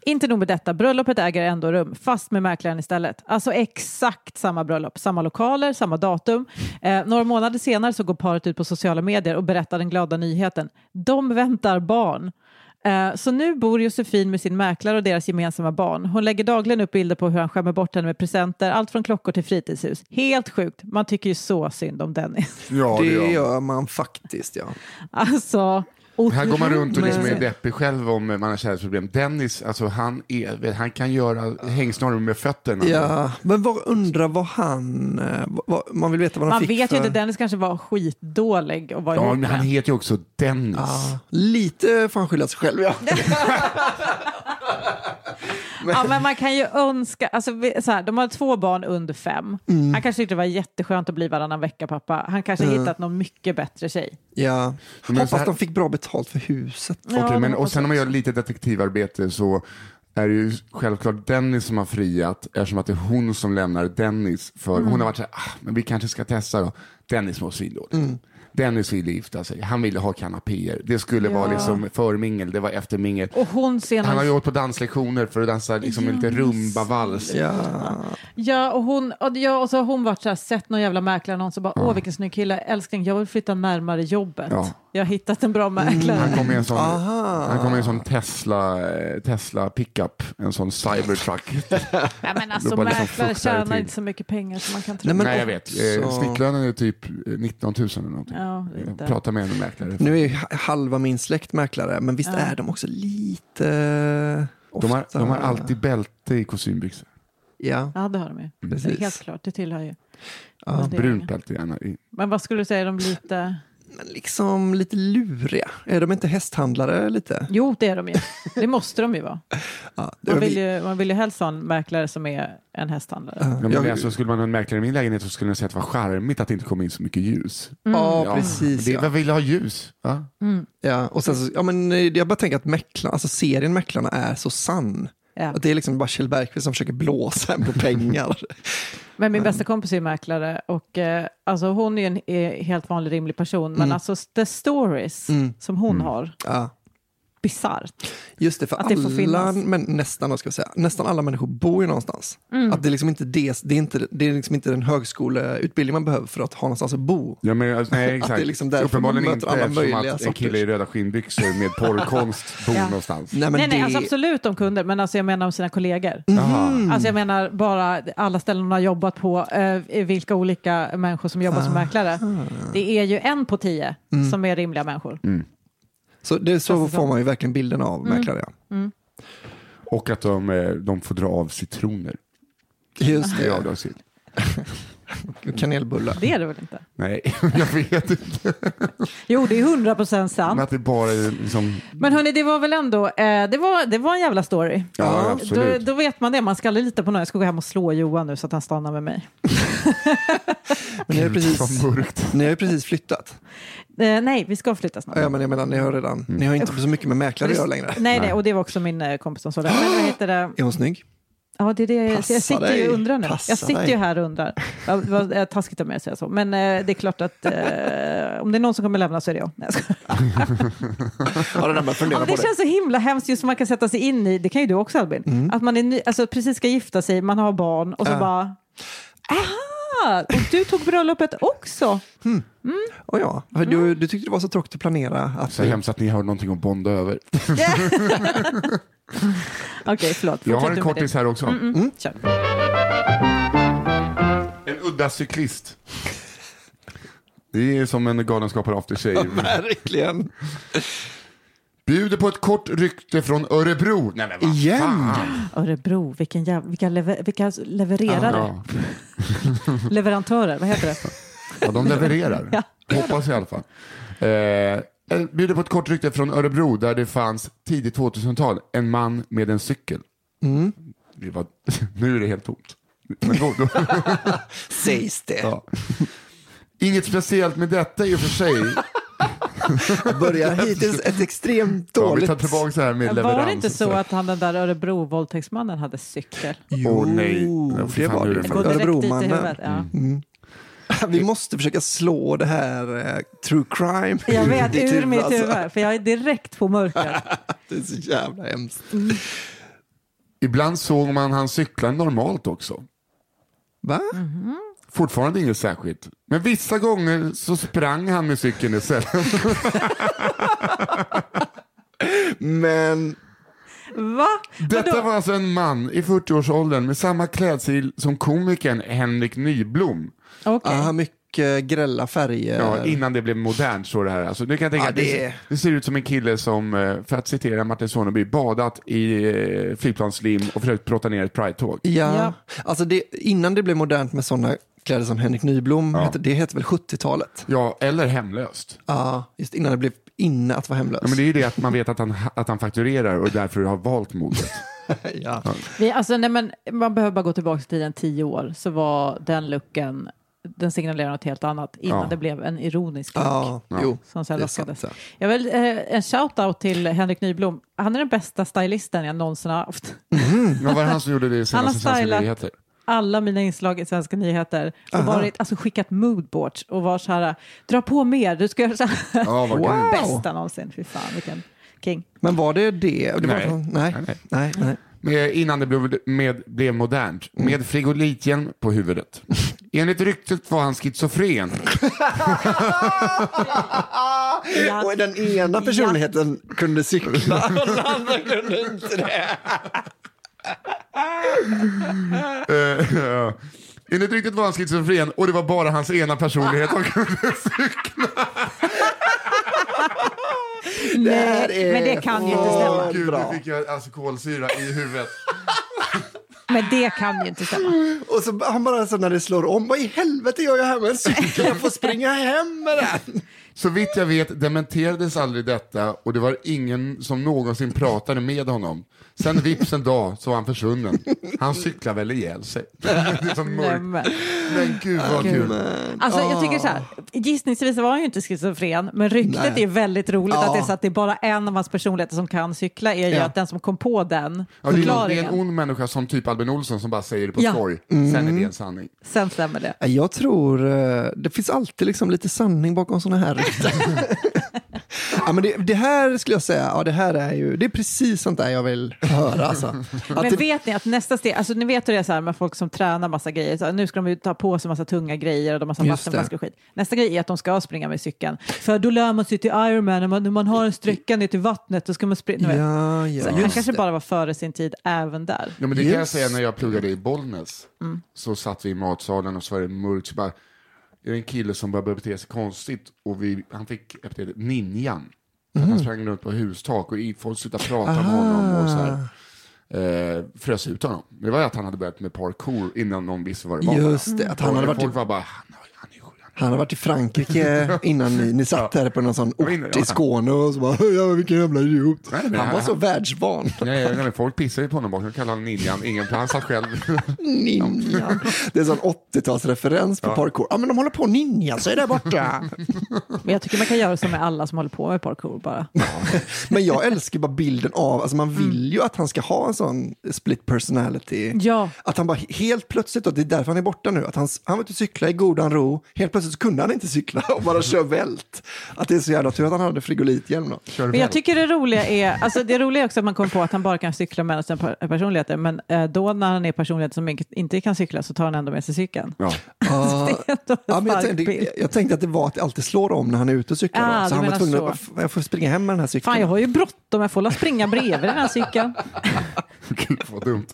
Inte nog med detta, bröllopet äger ändå rum, fast med mäklaren istället. Alltså exakt samma bröllop, samma lokaler, samma datum. Eh, några månader senare så går paret ut på sociala medier och berättar den glada nyheten. De väntar barn. Eh, Så nu bor Josefin med sin mäklare och deras gemensamma barn. Hon lägger dagligen upp bilder på hur han skämmer bort henne med presenter, allt från klockor till fritidshus. Helt sjukt. Man tycker ju så synd om Dennis. (laughs) Ja, det gör gör man faktiskt ja. Alltså, Här går man runt Mm. och liksom är otroligt. deppig själv om man har kärleksproblem. Dennis, alltså han, är, han kan göra hängsnor med fötterna. Ja, men vad undrar vad han, eh, vad, vad, man vill veta vad han Man fick vet för... ju inte, Dennis kanske var skitdålig och var Ja, ihop men med. han heter ju också Dennis. Ja, lite får han skylla sig själv ja. Ja, men man kan ju önska, alltså, vi- så här, de har två barn under fem. Mm. Han kanske tyckte det var jätteskönt att bli varannan vecka pappa. Han kanske hittat någon mycket bättre tjej. ja. Men Hoppas så här- de fick bra betalt för huset. Okej, Ja, men, och sen det hoppas om man gör lite detektivarbete så är det ju självklart Dennis som har friat eftersom att det är hon som lämnar Dennis. För Hon har varit så här, ah, men vi kanske ska testa då. Dennis mår svindåligt. Dennis ville gifta sig, han ville ha kanapéer. Det skulle vara Ja. liksom förmingel, det var eftermingel. Och hon ser Han har ju någon, åkt på danslektioner för att dansa liksom lite rumba-vals. Ja. ja, och hon, och, ja, och så har hon varit så här, sett någon jävla mäklarannons och bara, åh vilken snygg kille, älskling, jag vill flytta närmare jobbet. Ja. Mm. Jag har hittat en (laughs) bra mäklare. Han kom i en sån, han kom i en sån Tesla, eh, Tesla pickup, en sån cybertruck. Nej, men alltså Det var liksom mäklare fruktansvärt tjänar tid. inte så mycket pengar som man kan tro. Nej, men- Nej jag vet, eh, också- snittlönen är typ eh, 19 000 eller någonting. Ja, det är inte- Prata med en mäklare. Nu är ju ha- halva min släkt mäklare, men visst är de också lite... De har, ofta- de har alltid bälte i kostymbyxor. Ja, Ja, det har de ju. Det är precis. helt klart, det tillhör ju. Ja. Det är- Brunt bälte gärna. i. Men vad skulle du säga, är (laughs) de lite... Men liksom lite luriga. Är de inte hästhandlare lite? Jo, det är de ju. Det måste de ju vara. Ja, det var Man vi- vill ju, man vill ju helst ha en mäklare som är en hästhandlare. Ja, Men jag- alltså, skulle man ha en mäklare i min lägenhet så skulle jag säga att det var charmigt att det inte kom in så mycket ljus. ja, Ja, precis. Det, Ja. Vad vill ha ljus? Va? Ja, och sen så, ja, men, eh, jag bara tänker att mäklarna, alltså serien Mäklarna är så sann. Ja. Att det är liksom bara Kjell Bergqvist som försöker blåsa en på (laughs) pengar. Men min bästa kompis är ju mäklare och eh, alltså hon är ju en är helt vanlig rimlig person. Mm. Men alltså the stories som hon har, ja. bisarrt. Just det, för Att det får alla, finnas. men nästan, då ska jag säga, nästan alla människor bor ju någonstans. Mm. Att det, är liksom inte det, det, är inte, det är liksom inte den högskoleutbildning man behöver för att ha någonstans att bo. Ja, men, alltså, nej, Att exakt. det är liksom därför Uppenbarligen man möter inte alla eftersom möjliga att en kille sorters- i röda skinnbyxor (laughs) med porrkonst bor Ja. någonstans. men nej, nej, det- alltså absolut om kunder, men alltså jag menar om sina kollegor. Jaha. Mm. Alltså jag menar bara alla ställen hon har jobbat på, eh, vilka olika människor som jobbar Ah. som mäklare. Det är ju en på tio Mm. som är rimliga människor. Så, det, så Känns det får man ju verkligen bilden av Mm. mäklare. Ja. Och att de, eh, de får dra av citroner. Just Det det, är avdragsgillt. kanelbullar. Det är det väl inte? Nej, (laughs) jag vet inte. Jo, det är hundra procent sant. Men att det bara är liksom... Men hörni, det var väl ändå, eh, det, var, det var en jävla story. Ja, Då, absolut. då vet man det, man ska aldrig lita på någon. Jag ska gå hem och slå Johan nu så att han stannar med mig. Men ni har ju precis, Vad mörkt. ni har ju precis flyttat. Eh, nej, vi ska flytta snart. Ja, men jag menar, ni har redan, Mm. ni har inte så mycket med mäklare att göra längre. Nej, nej, och det var också min eh, kompis som sa det. Men vad heter det? Är hon snygg? Ja, det är det jag, Passa jag sitter dig. ju och undrar nu. Passa jag sitter dig. ju här och undrar. Ja, Det var eh, taskigt av mig att säga så. Men eh, det är klart att eh, om det är någon som kommer lämna så är det jag. Nej, jag skojar. Ja, det där med att fundera Ja, på det det. känns så himla hemskt just som man kan sätta sig in i. Det kan ju du också Albin. Att man är ny, alltså, precis ska gifta sig, man har barn och så bara... Aha! Och du tog bröllopet också? (laughs) Och ja, för du, du tyckte det var så tråkigt att planera. Att, Så hemskt att ni har någonting att bonda över. Okej, förlåt. Jag har Fortsätt en du med kortis det. här också. Mm, kör. En udda cyklist. Det är som en galenskapare after shave. (laughs) verkligen. Bjuder på ett kort rykte från Örebro. Nej, men vad Igen? fan. Örebro, vilken jäv, vilka, lever, vilka levererare, Ja. leverantörer, vad heter det? ja, de (laughs) levererar. Hoppas i alla fall. Eh, bjuder på ett kort rykte från Örebro där det fanns tidigt 2000-tal en man med en cykel. Mm. Det var, (laughs) nu är det helt tomt. Men då, då, (laughs) Sägs det. ja. Inget speciellt med detta i och för sig. (laughs) Börjar hittills ett extremt Ja, vi dåligt... tar tillbaka det här med leverans. Var det inte och så där. att han den där Örebro-våldtäktsmannen hade cykel? Åh nej. Jo, Ja, fy det fan, var nu är det. det Gå direkt dit i Örebromannen. huvudet. (laughs) Ja. Vi måste försöka slå det här eh, true crime (laughs) Jag vet, ditt ur huvud, mitt alltså. huvud, för jag är direkt på mörker. Det är så jävla hemskt. Ibland såg man han cykla normalt också. Va? Mm. Fortfarande inget särskilt. Men vissa gånger så sprang han med cykeln istället. Men Va? Detta Vadå? var alltså en man i 40-årsåldern med samma klädstil som komikern Henrik Nyblom. Okej. aha, mycket grälla färger. Ja, innan det blev modernt så det här. Alltså, nu kan jag tänka Ja, att det, det det, är- ser ut som en kille som, eh, för att citera Martin Soneby, badat i eh, flygplanslim och försökt brotta ner ett Pride-tåg. Ja, Ja. alltså det, innan det blev modernt med sådana kläder som Henrik Nyblom, hette, det hette väl 70-talet? Ja, eller hemlöst. Ja, just innan det blev inne att vara hemlös. Ja, men det är ju det att man vet att han, att han fakturerar och därför har valt modet. (laughs) ja. Vi, alltså, nej, men man behöver bara gå tillbaka till tiden tio år så var den looken, den signalerar något helt annat innan Ja. det blev en ironisk look. ja, jo. Som sen det är sant, lockades. ja. Jag vill eh, en shout-out till Henrik Nyblom. Han är den bästa stylisten jag någonsin har haft. Men var det han som gjorde det i Han har senaste Svenska stylat. nyheter? alla mina inslag i Svenska nyheter och varit, alltså, skickat moodboards och var så här, dra på mer, du ska göra så här. Ja, vad grymt. Bästa någonsin, fy fan vilken king. Men var det det? det Nej. Var, nej. Nej, nej. Nej, nej. Med, innan det blev, med, blev modernt. Med frigolitjen på huvudet. Enligt ryktet var han schizofren. (laughs) Ja. Och den ena personligheten kunde cykla, den andra kunde inte det. Eh, ja. Enligt ryktet var han schizofren och det var bara hans ena personlighet. som kunde- Nej, här är- men det kan ju inte Åh, stämma. Gud, Bra. nu fick jag alltså kolsyra i huvudet. Men det kan ju inte stämma. Och så han bara så när det slår om, vad i helvete gör jag här med en cykel? Jag får springa hem med den. Så vitt jag vet dementerades aldrig detta och det var ingen som någonsin pratade med honom. Sen vips en dag så var han försvunnen. Han cyklar väl ihjäl sig. (laughs) Det är så Nej, mörkt. men. Men gud vad kul. Alltså, jag tycker så här, gissningsvis var han ju inte schizofren, men ryktet Ah. Nej. är väldigt roligt Ja. att det är så att det är bara en av hans personligheter som kan cykla är ju Ja. att den som kom på den Ja, det, är, det är förklaringen, en ond människa som typ Albin Olsson som bara säger det på Ja. skoj. Mm. Sen är det en sanning. sen stämmer det. Jag tror eh, det finns alltid liksom lite sanning bakom sådana (laughs) här rykten. ja, men det, det här skulle jag säga, ja, det här är ju, det är precis sånt där jag vill höra. Alltså. Att (laughs) Men det- vet ni att nästa steg, alltså ni vet hur det är så här med folk som tränar massa grejer, så här, nu ska de ju ta på sig massa tunga grejer och de har massa Just vattenflaskor och skit. Nästa grej är att de ska springa med cykeln, för då lär man sig till Ironman, när man, när man har en sträcka ner till vattnet då ska man springa. ni vet. ja, ja. så han Just kanske det. bara var före sin tid även där. Ja, men det kan jag Just säga när jag pluggade i Bollnäs. Mm. Så satt vi i matsalen och så var det mörkt. Så bara, det är en kille som började bete sig konstigt och vi, han fick epitetet Ninjan. För Mm. att Han sprang runt på hustak och i- folk slutade prata Ah. med honom och så här, eh, frös ut honom. Det var ju att han hade börjat med parkour innan någon visste vad det var. Just det, att han Mm. hade och varit i, folk var bara, han, har- han är sjuk. han hade varit i Frankrike innan ni, ni satt här på någon sån var inne, ort ja. i Skåne och så bara, ja, vilken jävla idiot. Nej, men Han var han- så världsvan. Nej, nej, folk pissade ju på honom bakom. Jag kallade honom Ninjan. Ingen plan. Han satt (laughs) själv. Ninjan. Det är sån 80-talsreferens på parkour. Ja, men de håller på ninja, så är det (laughs) borta. Men jag tycker man kan göra så med alla som håller på med parkour bara. (laughs) Men jag älskar bara bilden av, alltså Mm. man vill ju att han ska ha en sån split personality. Ja. Att han bara helt plötsligt, och det är därför han är borta nu, att han, han var ute och cykla i godan ro, helt plötsligt så kunde han inte cykla och bara kör vält. Att det är så jävla tur att han hade frigolithjälm (laughs) då. Kör Men jag väl. tycker det roliga är, alltså det roliga är också att man kommer på att han bara kan cykla medan han är personligheter, men eh, då när han är personlighet som inte kan cykla så tar han ändå med sig cykeln. Ja. Ja. (laughs) Det är ändå en Ja, men jag, stark bild. tänkte, jag tänkte att det var att det alltid slår om när han är ute och cyklar. Ah, då. du så han var menar tvungen så. att, jag får springa hem med den här cykeln. Fan, jag har ju bråttom. Jag får la springa bredvid den (laughs) här cykeln. Gud vad dumt.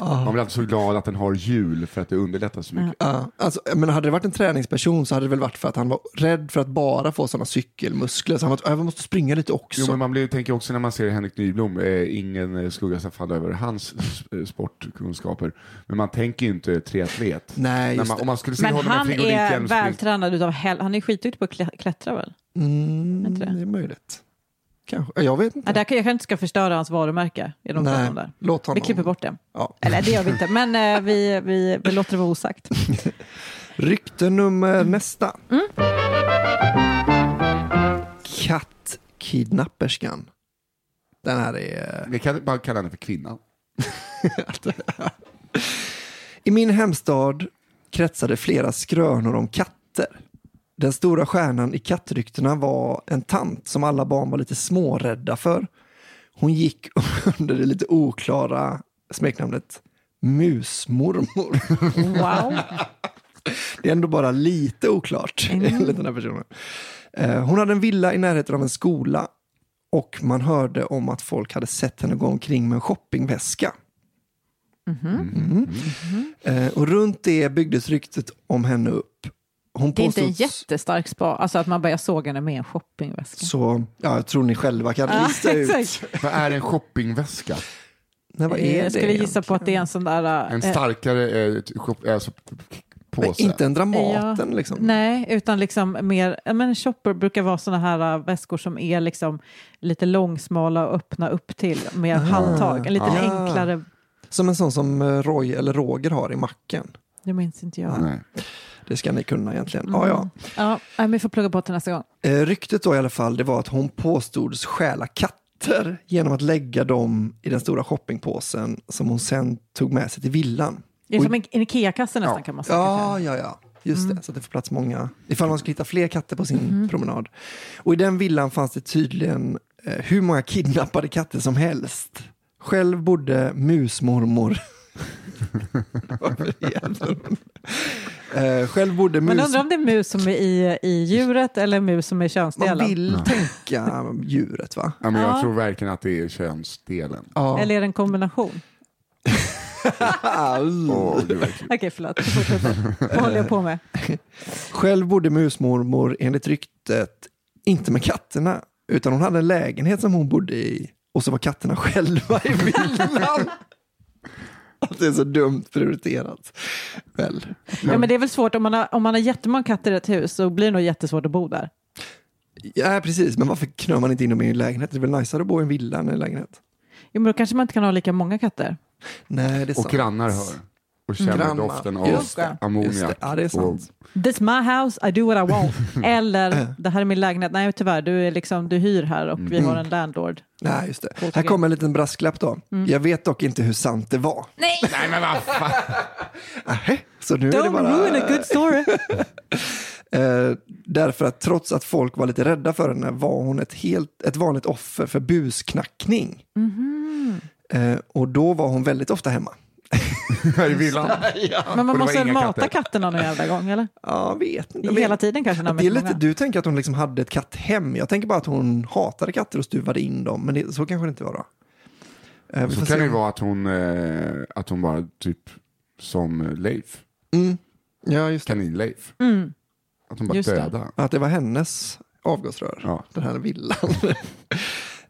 Man blir alltid så glad att den har hjul för att det underlättar så mycket. Ah. Ja, alltså, men hade det varit en träningsperson så hade det väl varit för att han var rädd för att bara få sådana cykelmuskler. Så han var jag måste springa lite också. Jo, men man blir, tänker också när man ser Henrik Nyblom, eh, ingen eh, skugga ska falla över hans eh, sportkunskaper. Men man tänker ju inte triatlet. Nej, när just man, det. om man skulle se Men honom med han är frigolithjälm springa- vältränad utav hel... Han är skitduktig på att klä- klättra väl? Mm, Inte det? det är möjligt. Kanske. Ja, Jag vet Ja, inte. där, kan- jag kanske inte ska förstöra hans varumärke genom att prata om det här. låt honom. Vi klipper bort det. Ja. Eller det gör vi inte, men eh, vi, vi, vi låter det (laughs) vara osagt. Rykte nummer Mm. nästa. Kattkidnapperskan. Den här är... eh, Vi kan bara kalla henne för kvinnan. I min hemstad kretsade flera skrönor om katter. Den stora stjärnan i kattryktena var en tant som alla barn var lite smårädda för. Hon gick (laughs) under det lite oklara smeknamnet Musmormor. Wow. Det är ändå bara lite oklart (laughs) Mm. enligt den här personen. Eh, Hon hade en villa i närheten av en skola och man hörde om att folk hade sett henne gå omkring med en shoppingväska. Mhm. Mm. Eh, Och runt det byggdes ryktet om henne upp. Hon Det är inte en påstods- jättestark spa, alltså att man bara jag såg henne med en shoppingväska. Så, ja, jag tror ni själva kan (laughs) Ja, lista ut. exakt. Vad är en shoppingväska? Nej, vad är det jag Eh, skulle gissa egentligen? på att det är en sån där... En eh, starkare eh, t- shop, alltså, p- p- Men påse? inte en Ja. Dramaten liksom. Nej, utan liksom mer, ja, men shopper brukar vara såna här äh, väskor som är liksom lite långsmala och öppna upp till med handtag. En lite Ja. enklare, Som en sån som eh, Roy eller Roger har i macken. det minns inte jag. Nej. Det ska ni kunna egentligen. Ja, ja. Ja, nej, men vi får plugga på till nästa gång. Eh, ryktet då i alla fall, det var att hon påstods stjäla katter genom att lägga dem i den stora shoppingpåsen som hon sen tog med sig till villan. Det är Oj. som en en Ikea-kasse nästan Ja. kan man säga. Ja, ja, ja. Just Mm. det, så att det får plats många. Ifall man skulle hitta fler katter på sin promenad. Och i den villan fanns det tydligen eh, hur många kidnappade katter som helst. Själv bodde musmormor. (laughs) Varför är den? eh, själv bodde Men mus... undrar om det är mus som är i, i djuret eller mus som är Man könsdelen. vill tänka djuret va? Ja, men jag Ja. tror verkligen att det är könsdelen. Ja. Eller är det en kombination? Åh, gud, vad äckligt. Okej, (laughs) förlåt. Fortsätt. Vad håller jag på med? Själv bodde musmormor enligt ryktet inte med katterna, utan hon hade en lägenhet som hon bodde i och så var katterna (laughs) själva i villan. Att det är så dumt prioriterat. Väl. Ja, men det är väl svårt, om man har, om man har jättemånga katter i ett hus så blir det nog jättesvårt att bo där. Ja, precis. Men varför knör man inte in dem i en lägenhet? Det är väl najsare att bo i en villa än i en lägenhet? Jo, men då kanske man inte kan ha lika många katter. Nej, det är sant. Och grannar hör. Och känner Grannar. doften av Just det. Just det. ammoniak. Ja, det är och sant. This my house, I do what (laughs) I want. Eller, det här är min lägenhet. Nej, tyvärr, du, är liksom, du hyr här och vi har Mm. en landlord. Nej, just det. Här kommer en liten brasklapp då. Mm. Jag vet dock inte hur sant det var. Nej men vad (laughs) fan. Nähä, så nu är det Don't bara... ruin a (laughs) good story. Mm-hmm. Eh, därför att trots att folk var lite rädda för henne var hon ett, helt, ett vanligt offer för busknackning. Eh, och då var hon väldigt ofta hemma. I villan. Men Och man det var måste inga mata katter. katterna någon jävla gång, eller? Ja, vet inte. Hela tiden kanske. när man Det är är lite, många. du tänker att hon liksom hade ett katthem. Jag tänker bara att hon hatade katter och stuvade in dem. Men det, så kanske det inte var då. Eh, vi Så kan får se det ju om- vara att hon, eh, att hon bara typ som Leif, Mm. Ja, just det. kanin-Leif. Mm. Att hon bara Just det. dödar. Att det var hennes avgasrör, Ja. den här villan. (laughs)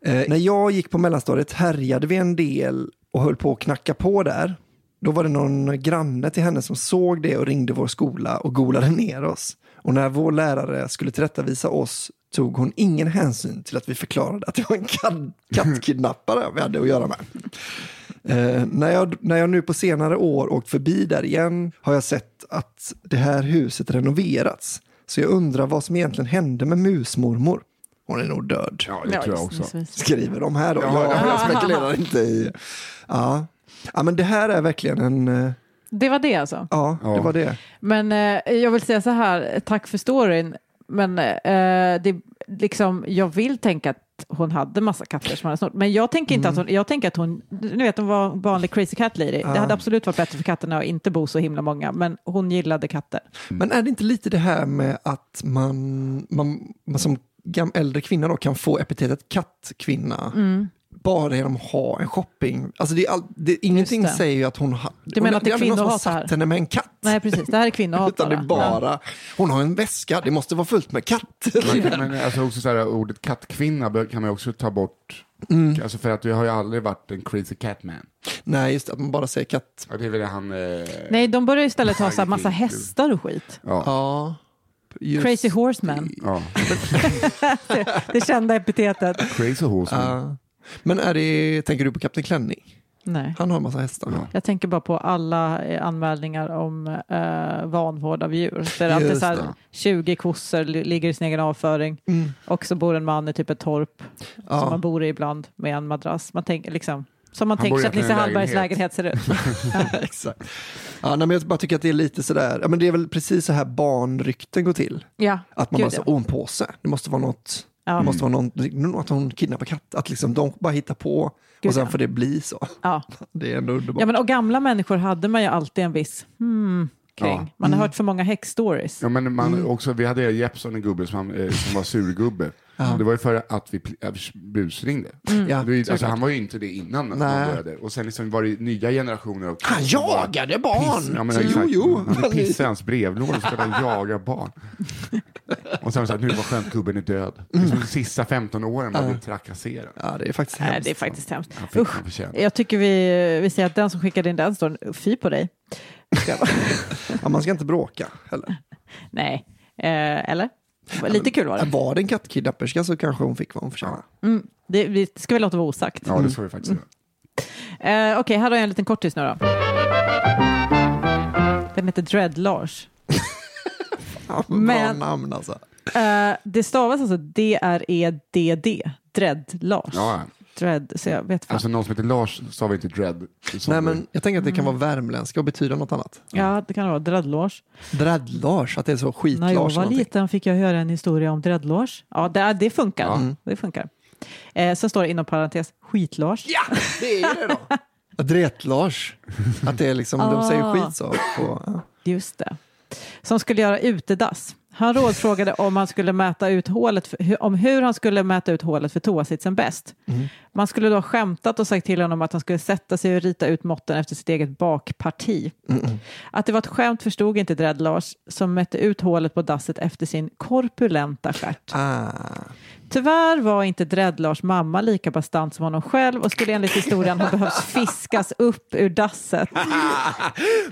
eh, när jag gick på mellanstadiet härjade vi en del och höll på att knacka på där. Då var det någon granne till henne som såg det och ringde vår skola och golade ner oss. Och när vår lärare skulle tillrättavisa oss tog hon ingen hänsyn till att vi förklarade att det var en (laughs) kad- kattkidnappare vi hade att göra med. Eh, när, jag, när jag nu på senare år åkt förbi där igen har jag sett att det här huset renoverats. Så jag undrar vad som egentligen hände med musmormor. Hon är nog död, Ja, det tror jag också. gissningsvis. skriver de här då. Ja, Jag, jag spekulerar inte i... Ja. ja, men det här är verkligen en... eh, Det var det alltså. Ja, det Ja. var det. Men eh, jag vill säga så här, tack för storyn. Men eh, det, liksom, jag vill tänka att hon hade massa katter som hon hade snott. Men jag tänker inte att hon, jag tänker att hon, nu vet hon var en vanlig crazy cat lady. Det hade absolut varit bättre för katterna att inte bo så himla många, men hon gillade katter. Men är det inte lite det här med att man, man, man som gam, äldre kvinna då kan få epitetet kattkvinna Mm. bara genom att ha en shopping? Alltså det är all, det, ingenting det. säger ju att hon har... Du menar att det är någon som har kvinnohat här? satt henne med en katt? Nej, precis. Det här är kvinnohat Utan det är bara, hon har en väska, det måste vara fullt med katter. Man, kan- men alltså också så här, ordet kattkvinna bör- kan man ju också ta bort. Mm. Alltså för att vi har ju aldrig varit en crazy catman. (laughs) Nej, just det, att man bara säger katt. Ja, det är väl det han... Eh, Nej, de börjar istället ha så här massa hästar och skit. ja, Ja. Just. Crazy horseman, ja. det kända epitetet. Crazy horseman. Ja. Men är det, tänker du på Kapten Klänning? Nej. Han har en massa hästar. Jag tänker bara på alla eh, anmälningar om eh, vanvård av djur. Där det alltid Just så här, det. 20 kossor li- ligger i sin egen avföring Mm. och så bor en man i typ ett torp som man bor i ibland med en madrass. Man tänker liksom, Som man Han tänker bor sig att Nisse egentligen i en Hallbergs lägenhet lägenhet. ser ut. Exakt. Ja, nej, men jag bara tycker att det är lite sådär, ja, men det är väl precis så här barnrykten går till. Ja, Att man Gud, bara så, ja. Mm. åh en påse, det måste vara något, Ja. det måste vara någon, att hon kidnappar katt, att liksom de bara hittar på Gud, och sen ja. får det bli så. (laughs) Ja. Det är ändå underbart. ja, men och gamla människor hade man ju alltid en viss hmm kring. Ja. Mm. Man har hört för många häxstories. Ja, men Mm. man, också, vi hade Jeppson, en gubbe som, eh, som var surgubbe. Det var ju för att vi pl- äh, busringde. Mm. Ja, det, var ju- alltså, såklart. han var ju inte det innan man Nej. började. Och sen liksom var det nya generationer. av- Han jagade barn! Ja, men, Så, jo, exakt. jo. Han hade pissat i hans brevlåda och skulle jaga barn. Och sen så att nu var skönt, gubben är död. Liksom, de sista 15 åren var vi trakasserade. Ja, det är faktiskt Nej, hemskt. det är faktiskt hemskt. Han fick Usch. han förtjänt. Jag tycker vi, vi säger att den som skickade in den storyn, fy på dig. Ja, man ska inte bråka heller. Nej, eh, eller? Lite kul var det. Var det en kattkidnapperska så kanske hon fick vad hon förtjänade. Mm. det. Det ska vi låta vara osagt. Ja, det får vi faktiskt göra. Mm. Eh, Okej, här har jag en liten kortis nu då. Den heter Dread-Lars. Ja, Men- Bra namn alltså. Eh, det stavas alltså D-R-E-D-D. Dread-Lars. Ja, Dread, så jag vet fan. alltså någon som heter Lars sa vi inte dread. som Nej, du- men jag tänker att det kan vara värmländska och betyda något annat. ja, det kan det vara. Dread-Lars. Dread-Lars, att det är så skit-Lars. När jag eller var någonting. liten fick jag höra en historia om Dread-Lars. Ja, det, det funkar. Ja. Det funkar. Eh, sen står det inom parentes Skit-Lars. Ja, det är ju det (laughs) då. Ja, Dret-Lars. Att det är liksom, de säger Ah. skit så. På, ja. Just det. Som skulle göra utedass. Han rådfrågade om, han skulle mäta ut hålet för, hu- om hur han skulle mäta ut hålet för toasitsen bäst. Man skulle då ha skämtat och sagt till honom att han skulle sätta sig och rita ut måtten efter sitt eget bakparti. Att det var ett skämt förstod inte Dredd Lars som mätte ut hålet på dasset efter sin korpulenta stjärt. ah. Tyvärr var inte Dread-Lars mamma lika bastant som honom själv och skulle enligt historien ha behövt fiskas upp ur dasset.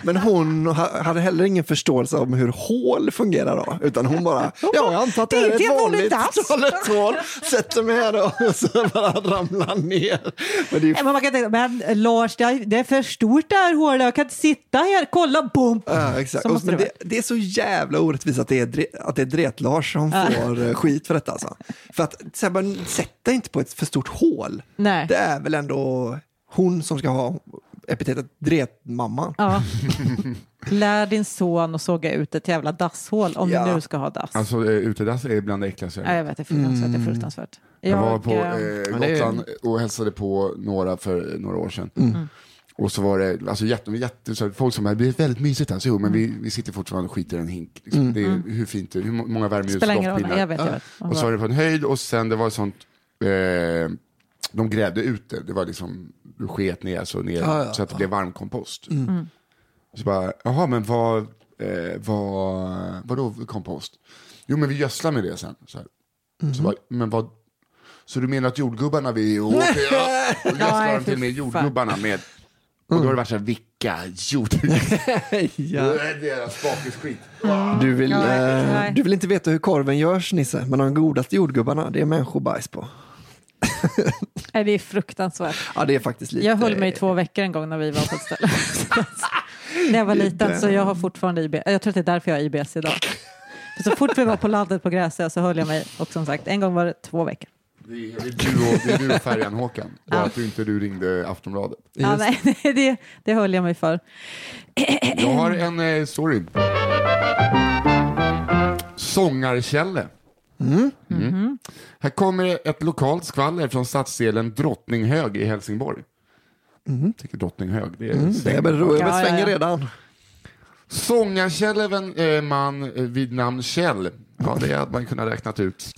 Men hon ha- hade heller ingen förståelse om hur hål fungerar då, utan hon bara, ja jag antar att det här är Tänkte jag ett vore vanligt dags. toaletthål, sätter mig här då, och så bara ramlar ner. Men det är ju Nej, Men man kan tänka, men eh, Lars, det är, det är för stort det här hålet, jag kan inte sitta här, kolla, bom! Ja, exakt. Mm. Så Och, måste men det det, det är så jävla orättvist att det är, dre- att det är Dret-Lars som får eh, skit för detta. Alltså. För att så här, man sätter inte på ett för stort hål. Nej. Det är väl ändå hon som ska ha epitetet Dret-mamman. (laughs) Ja. Lär din son att såga ut ett jävla dasshål om Ja. du nu ska ha dass. Alltså eh, utedass är bland det äckligaste ja, jag jag vet, det är fruktansvärt. Det är fruktansvärt. Jag var på eh, eh, det är- Gotland och hälsade på några för eh, några år sedan. Mm. Och så var det alltså, jätte, jätte, så här, folk som bara, det är väldigt mysigt här, så jo, men vi, Mm. vi sitter fortfarande och skiter i en hink. Liksom. Det är, hur fint det är, hur må- många värmeljus spelar ingen roll, jag vet, jag vet. Och så var det på en höjd och sen det var sånt, eh, de grävde ut det, det var liksom, du sket ner, så, ner Ja, ja, så att det blev varm kompost. Mm. Så bara, jaha men vad, eh, vad, vadå kompost? Jo men vi gödslar med det sen. Så, här. Mhm. så bara, men vad, så du menar att jordgubbarna (laughs) vi åker och gödslar Nej, dem till fy med fan. jordgubbarna med, och då har det varit så här, vilka jordgubbar? Mm. Ja. (laughs) Det är deras bakisskit. Du, vill, Ja, eh, nej. du vill inte veta hur korven görs Nisse, men de godaste jordgubbarna, det är människobajs på. Nej, det är fruktansvärt. Ja, det är faktiskt lite... eh, Jag höll mig i två veckor en gång när vi var på ett ställe. när jag var liten, så jag har fortfarande IBS. Jag tror att det är därför jag har IBS idag. För så fort vi var på landet på Gräsö så höll jag mig och som sagt, en gång var det två veckor. Det är, det är du och, det är du och Färjan-Håkan. Bara att du inte du ringde (clears throat) Aftonbladet. Ja, nej, (laughs) det, det höll jag mig för. Jag har en eh, story. Sångarkälle. Mm. Mm-hmm. Här kommer ett lokalt skvaller från stadsdelen Drottninghög i Helsingborg. Jag tycker Drottninghög, det är Mm-hmm. Mm. Det är sväng. väl ro- Ja, ja, jag svänger ja. redan. Sångarkäll är en eh, man eh, vid namn Kjell. Ja, det hade man kunnat räknat ut.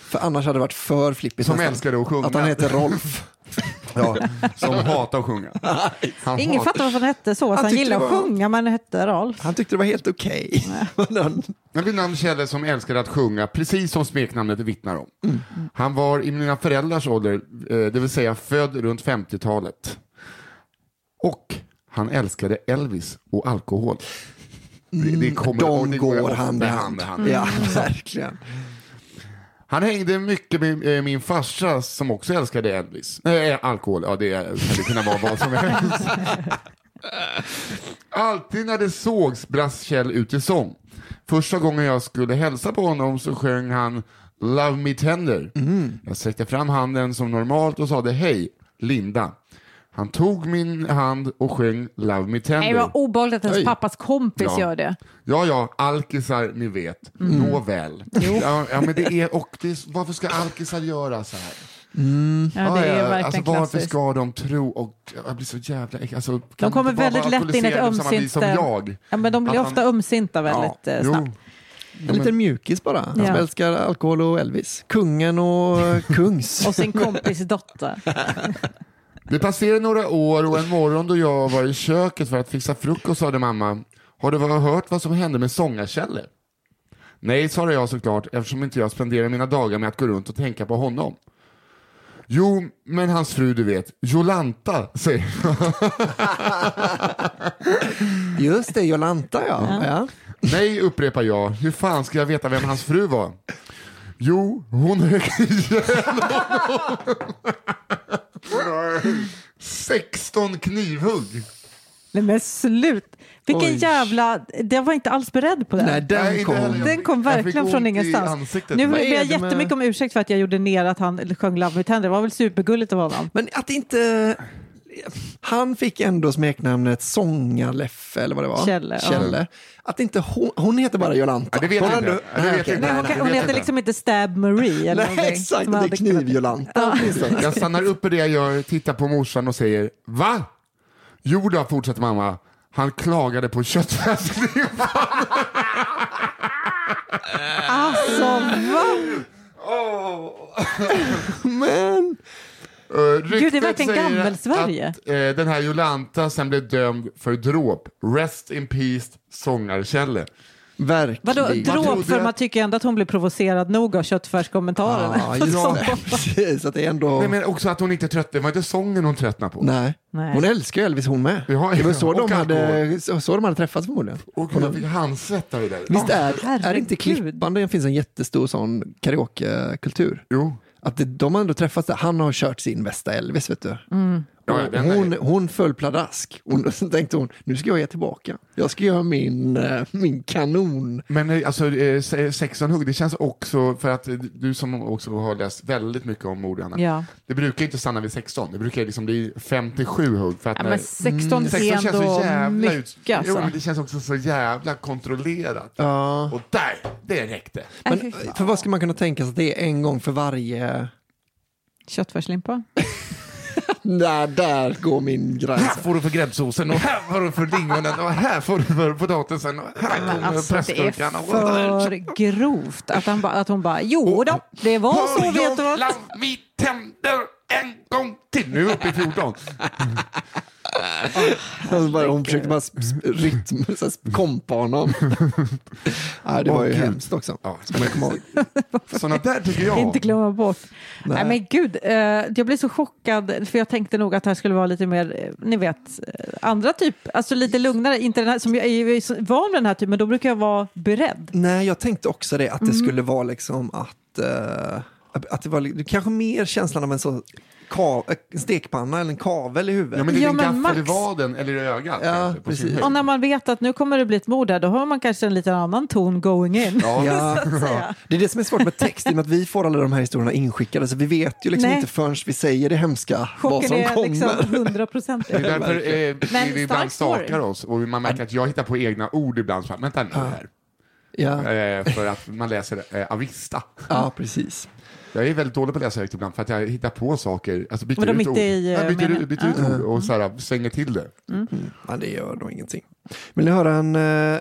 För annars hade det varit för flippigt. Som nästan. älskade att sjunga. Att han heter Rolf. Ja, som hatar att (laughs) sjunga. Han Ingen hatar- fattar varför han hette så. så Han tyckte gillade det att var- sjunga, men hette Rolf. Han tyckte det var helt okej. (laughs) Men han- Men vid namn Kjelle som älskade att sjunga, precis som smeknamnet vittnar om. Mm. Han var i mina föräldrars ålder, eh, det vill säga född runt 50-talet. Och han älskade Elvis och alkohol. Det, det kommer, och Mm, De det går ofta hand i hand. Ja, verkligen. Han hängde mycket med eh, min farsa som också älskade Elvis. Nej, alkohol. Ja, det hade kunnat vara vad som helst. Alltid när det sågs brast Kjell ut i sång. Första gången jag skulle hälsa på honom så sjöng han Love Me Tender. Jag sträckte fram handen som normalt och sade hej, Linda. Han tog min hand och sjöng Love Me Nej, Tender. det var obehagligt att ens Oj. pappas kompis Ja. Mm. gör det. Ja, ja, alkisar, ni vet. Nåväl. Ja, ja, men det är, och det är, varför ska alkisar göra så här? Ja, det Ja, är ja, verkligen alltså, varför klassiskt. ska de tro? Och, jag blir så jävla äck- alltså, kan De kommer inte bara väldigt vara lätt in i ett alkoholiserade på samma vis ömsint... som jag. Ja, men de blir Att ofta ömsinta väldigt eh, jo. snabbt. En liten mjukis bara. Han Ja. som älskar alkohol och Elvis. Kungen och eh, kungs. Och (laughs) sin kompis dotter. Det passerade några år och en morgon då jag var i köket för att fixa frukost sade mamma, har du hört vad som hände med sångarkällan? Nej, svarade jag såklart eftersom inte jag spenderar mina dagar med att gå runt och tänka på honom. Jo, men hans fru du vet, Jolanta, säger Just det, Jolanta ja. ja. Nej, upprepar jag. Hur fan ska jag veta vem hans fru var? Jo, hon högg (laughs) ihjäl honom. 16 knivhugg. Nej men slut! Vilken Oj. jävla... Jag var inte alls beredd på det. Nej, den Nej, inte kom. heller. Den kom Jag fick verkligen ont från i ingenstans. ansiktet. Nu Vad ber är jag det med- jättemycket om ursäkt för att jag gjorde ner att han sjöng Love Me Tender. Det var väl supergulligt av honom. Men att inte... Han fick ändå smeknamnet Sångarleffe eller vad det var. Kjelle, ja. Att inte hon, hon heter bara Jolanta. Ja, det vet Hon jag ändå- inte. Ja, det vet jag okej. inte. Nej, hon, nej, kan, det hon vet jag heter inte. liksom inte Stab Marie eller Nej, någonting. exakt. som Det är hade kunnat- kniv-Jolanta åtminstone. Jag stannar upp i det jag gör, tittar på morsan och säger Va? Jo då, fortsätter mamma. Han klagade på (laughs) köttfärsslimpan. Alltså va? Men... Uh, Gud, det är verkligen gammelsverige. Att, eh, den här Jolanta sen blev dömd för dråp. Rest in peace, sångarkälle. Vadå Verkligen. trodde dråp? För att- man tycker ju ändå att hon blev provocerad nog av köttfärskommentarerna. Ja, (laughs) just Ja. det. Precis, att det är ändå... Nej, Nej, men också att hon inte tröttnade. Det var inte sången hon tröttnade på. Nej. Hon älskar ju Elvis hon med. Ja, det var ja, så, och de hade, alkohol. så, så de hade träffats förmodligen. Och gud, jag fick handsvett där. där. Visst Ja. är, är det inte herregud. Klippan det finns en jättestor sån karaokekultur? Jo. Att det, de har ändå träffats där. Han har kört sin bästa Elvis, vet du. Mm. Ja, ja, Och den där- hon, hon föll pladask. Hon (laughs) så tänkte hon, nu ska jag ge tillbaka. Jag ska göra min, eh, min kanon. Men eh, alltså, eh, se- 16 hugg, det känns också, för att eh, du som också har läst väldigt mycket om mord, Anna. Ja. Det brukar inte stanna vid 16, det brukar liksom bli 57 hugg. För att Ja, när- men 16 är 16 Mm. känns ändå så jävla ut... mycket Jo, alltså. men det känns också så jävla kontrollerat. Ja. Och där, det räckte. Men, Men, för vad ska man kunna tänka sig att det är en gång för varje... Köttfärslimpa? Där, där går min gräns. Här får du för gräddsåsen och här får du för lingonen och här får du för potatisen och här kommer Alltså det är pressgurkan. och- för (laughs) grovt att, han ba, att hon bara jo då, det var så Hör vet du jag vad. Love me tender en gång till. Nu är vi uppe i 14. Alltså bara, hon försökte bara sp- sp- rytm, så här, sp- kompa honom. Nej, det var ju Åh, gud. hemskt också. Ja, Jag kommer ihåg. sådana där tycker jag om. Inte glömma bort. Nej. Nej. men gud, eh, jag blev så chockad för jag tänkte nog att det här skulle vara lite mer, eh, ni vet, eh, andra typ, alltså lite lugnare, inte den här, som jag är ju så van vid den här typen, men då brukar jag vara beredd. Nej, jag tänkte också det, att det skulle vara liksom att... eh, att det var li- kanske mer känslan av en sån ka- en stekpanna eller en kavel i huvudet. Ja, men det är Ja, en men gaffel Max- i vaden eller i ögat. Ja, kanske, på sin precis. höjd. Och när man vet att nu kommer det bli ett mord här, då har man kanske en liten annan ton going in. Ja. Ja. Det är det som är svårt med text, i och med att vi får alla de här historierna inskickade, så vi vet ju liksom Nej. inte förrän vi säger det hemska vad (laughs) Chocken som är kommer. liksom Det är 100%. därför eh, Men vi- vi stark ibland story. stakar oss och man märker att jag hittar på egna ord ibland. Så här, Vänta nu här. Ja, Eh, för att man läser eh, avista. ja, precis. Jag är väldigt dålig på att läsa högt ibland för att jag hittar på saker. Alltså byter Vadå, ut mitt ord. i, eh, Ja, byter, meningen? ut- byter ut ord och så här, svänger till det. Mm. Ja, det gör nog ingenting. Vill ni höra en... eh,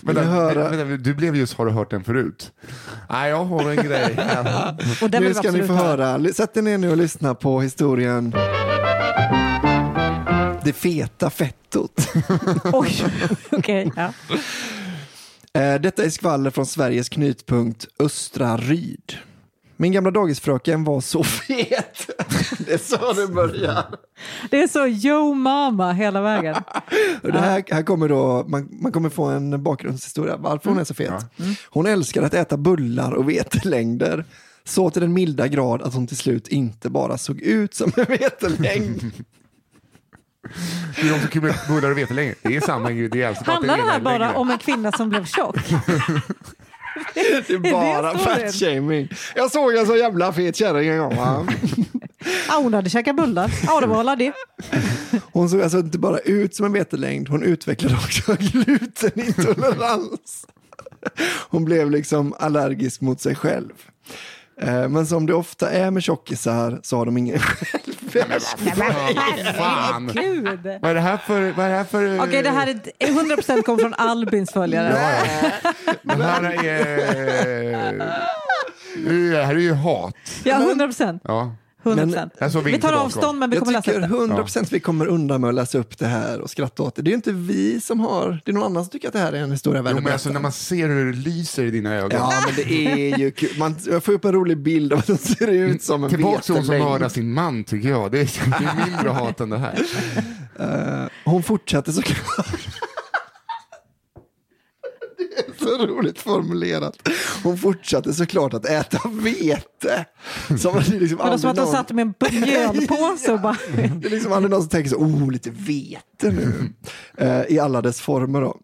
Men, Vill ni höra- du blev just Har du hört den förut? Nej, jag har en grej. här. Och den nu vill vi ska ni absolut få höra. L- Sätt er ner nu och lyssna på historien. Det feta fettot. (laughs) (laughs) Oj, okej. ja. Eh, Detta är skvaller från Sveriges knutpunkt Östra Ryd. Min gamla dagisfröken var så (laughs) fet. Det är så det börjar. Det är så yo mama hela vägen. Och Det här, här kommer då, man, man kommer få en bakgrundshistoria varför hon är så fet. Mm. Hon älskar att äta bullar och vetelängder. Så till den milda grad att hon till slut inte bara såg ut som en (laughs) vetelängd. (laughs) Det är de som kul med bullar och vetelängd. Det är samma ingrediens. bara att Handlar det ena här är bara längre. om en kvinna som blev tjock? (laughs) Det är bara storyn? fat-shaming. Jag såg en så jävla fet kärring en gång. Va? Ah, hon hade käkat bullar. Ja, det var alla det. (laughs) Hon såg alltså inte bara ut som en meterlängd, hon utvecklade också (laughs) glutenintolerans. Hon blev liksom allergisk mot sig själv. Eh, Men som det ofta är med tjockisar så har de ingen (laughs) självbild. Fan. Gud! Vad är det här för... Vad är det här för Okej, det här är 100% kom från Albins följare. Det här är... Nu- Det här är ju hat. Ja, 100%. Ja. 100%. Här såg vi vi inte tar bakom. avstånd, men vi kommer Jag läsa upp tycker det. 100% vi kommer undan med att läsa upp det här och skratta åt det. Det är ju inte vi som har, det är någon annan som tycker att det här är en historia värd Jo, att men alltså, berätta. när man ser hur det lyser i dina ögon. Ja, men det är ju kul. Man, jag får upp en rolig bild av att de ser ut som en Tillbaka Mm. till hon som meterlängd. mördar sin man tycker jag. Det är, det är mindre hat än det här. Eh, hon fortsatte såklart. (laughs) Det är så roligt formulerat. Hon fortsatte såklart att äta vete. Som att det liksom Det var aldrig som att de någon- satt med en mjölpåse och bara... (laughs) Det är liksom aldrig någon som tänker så, oh, lite vete nu. Eh, I alla dess former då.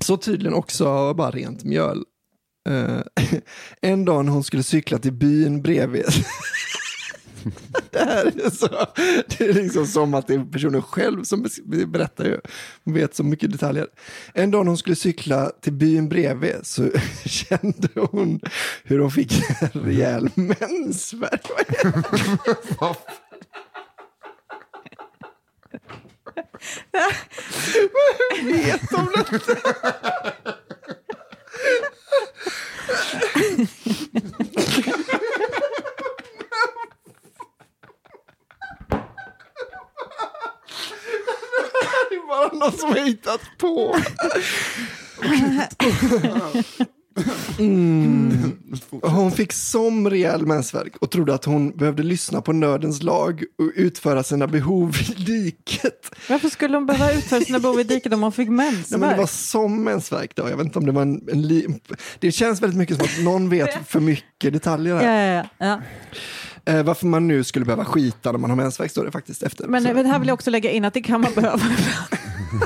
Så tydligen också bara rent mjöl. Eh, (laughs) en dag när hon skulle cykla till byn bredvid. (laughs) det här är så, det är liksom som att det är personen själv som bes- berättar ju. Hon vet så mycket detaljer. En dag när hon skulle cykla till byn bredvid så (laughs) kände hon hur hon fick en rejäl mensvärk. Vad är vet om detta? Det är bara någon som har hittat på. Mm. Hon fick som rejäl mensvärk och trodde att hon behövde lyssna på nödens lag och utföra sina behov i diket. Varför skulle de behöva utföra sina behov i diket om man fick Nej, men det var mensvärk? som mensvärk då. Jag vet inte om det var en, en li... Det känns väldigt mycket som att någon vet (laughs) för mycket detaljer Ja, här. ja, ja. Eh, varför man nu skulle behöva skita när man har mensvärk står det faktiskt efter. Men Så- eh, det här vill jag också lägga in att det kan man behöva.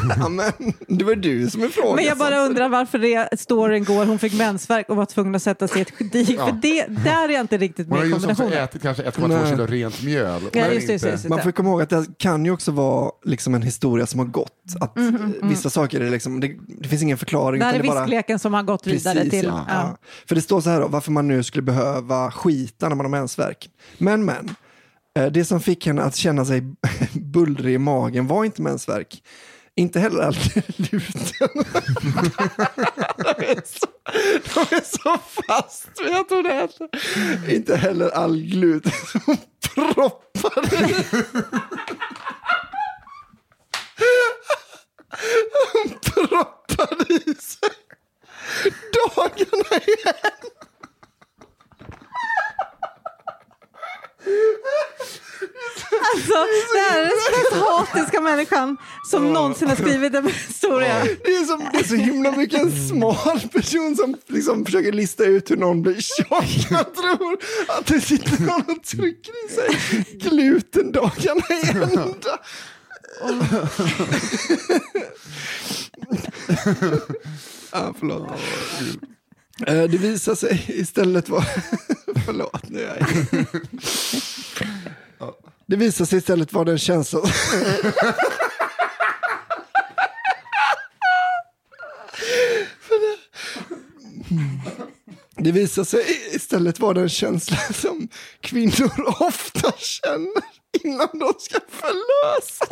(laughs) ja, men, det var du som alltså. ifrågasatte. Men jag bara undrar varför det storyn går, hon fick mensvärk och var tvungen att sätta sig i ett dik. För det, där är jag inte riktigt Hon har med i just också kombinationen. ätit kanske Nej. 1,2 kilo rent mjöl. och Ja, är just det, just det, inte- just det. Man får komma ihåg att det här kan ju också vara liksom en historia som har gått. Att Mhm, eh, Vissa saker är liksom, det, det finns ingen förklaring. Där utan är det bara- viskleken som har gått vidare Precis, till... Ja. Ja. Ja. För det står så här då, varför man nu skulle behöva skita när man har mensvärk. Men men, eh, det som fick henne att känna sig (laughs) bullrig i magen var inte mensvärk. Inte heller alltid (laughs) luten. de, är så, de är så fast vid att hon (laughs) äter. Alltså, (laughs) Inte heller all gluten som hon proppade i. (laughs) Hon proppade i sig dagarna igen. Alltså, det här är den mest hatiska människan som någonsin har skrivit en historia. Det är, som, det är så himla mycket en smal person som liksom försöker lista ut hur någon blir tjock. Jag tror att det sitter någon och trycker i sig gluten dagarna i ända. ah, förlåt. Eh, Det visar sig istället vara... förlåt, nu är jag... Det visar sig istället vara den känslan Det visar sig istället vara den känsla som kvinnor (laughs) ofta känner innan de ska förlösa.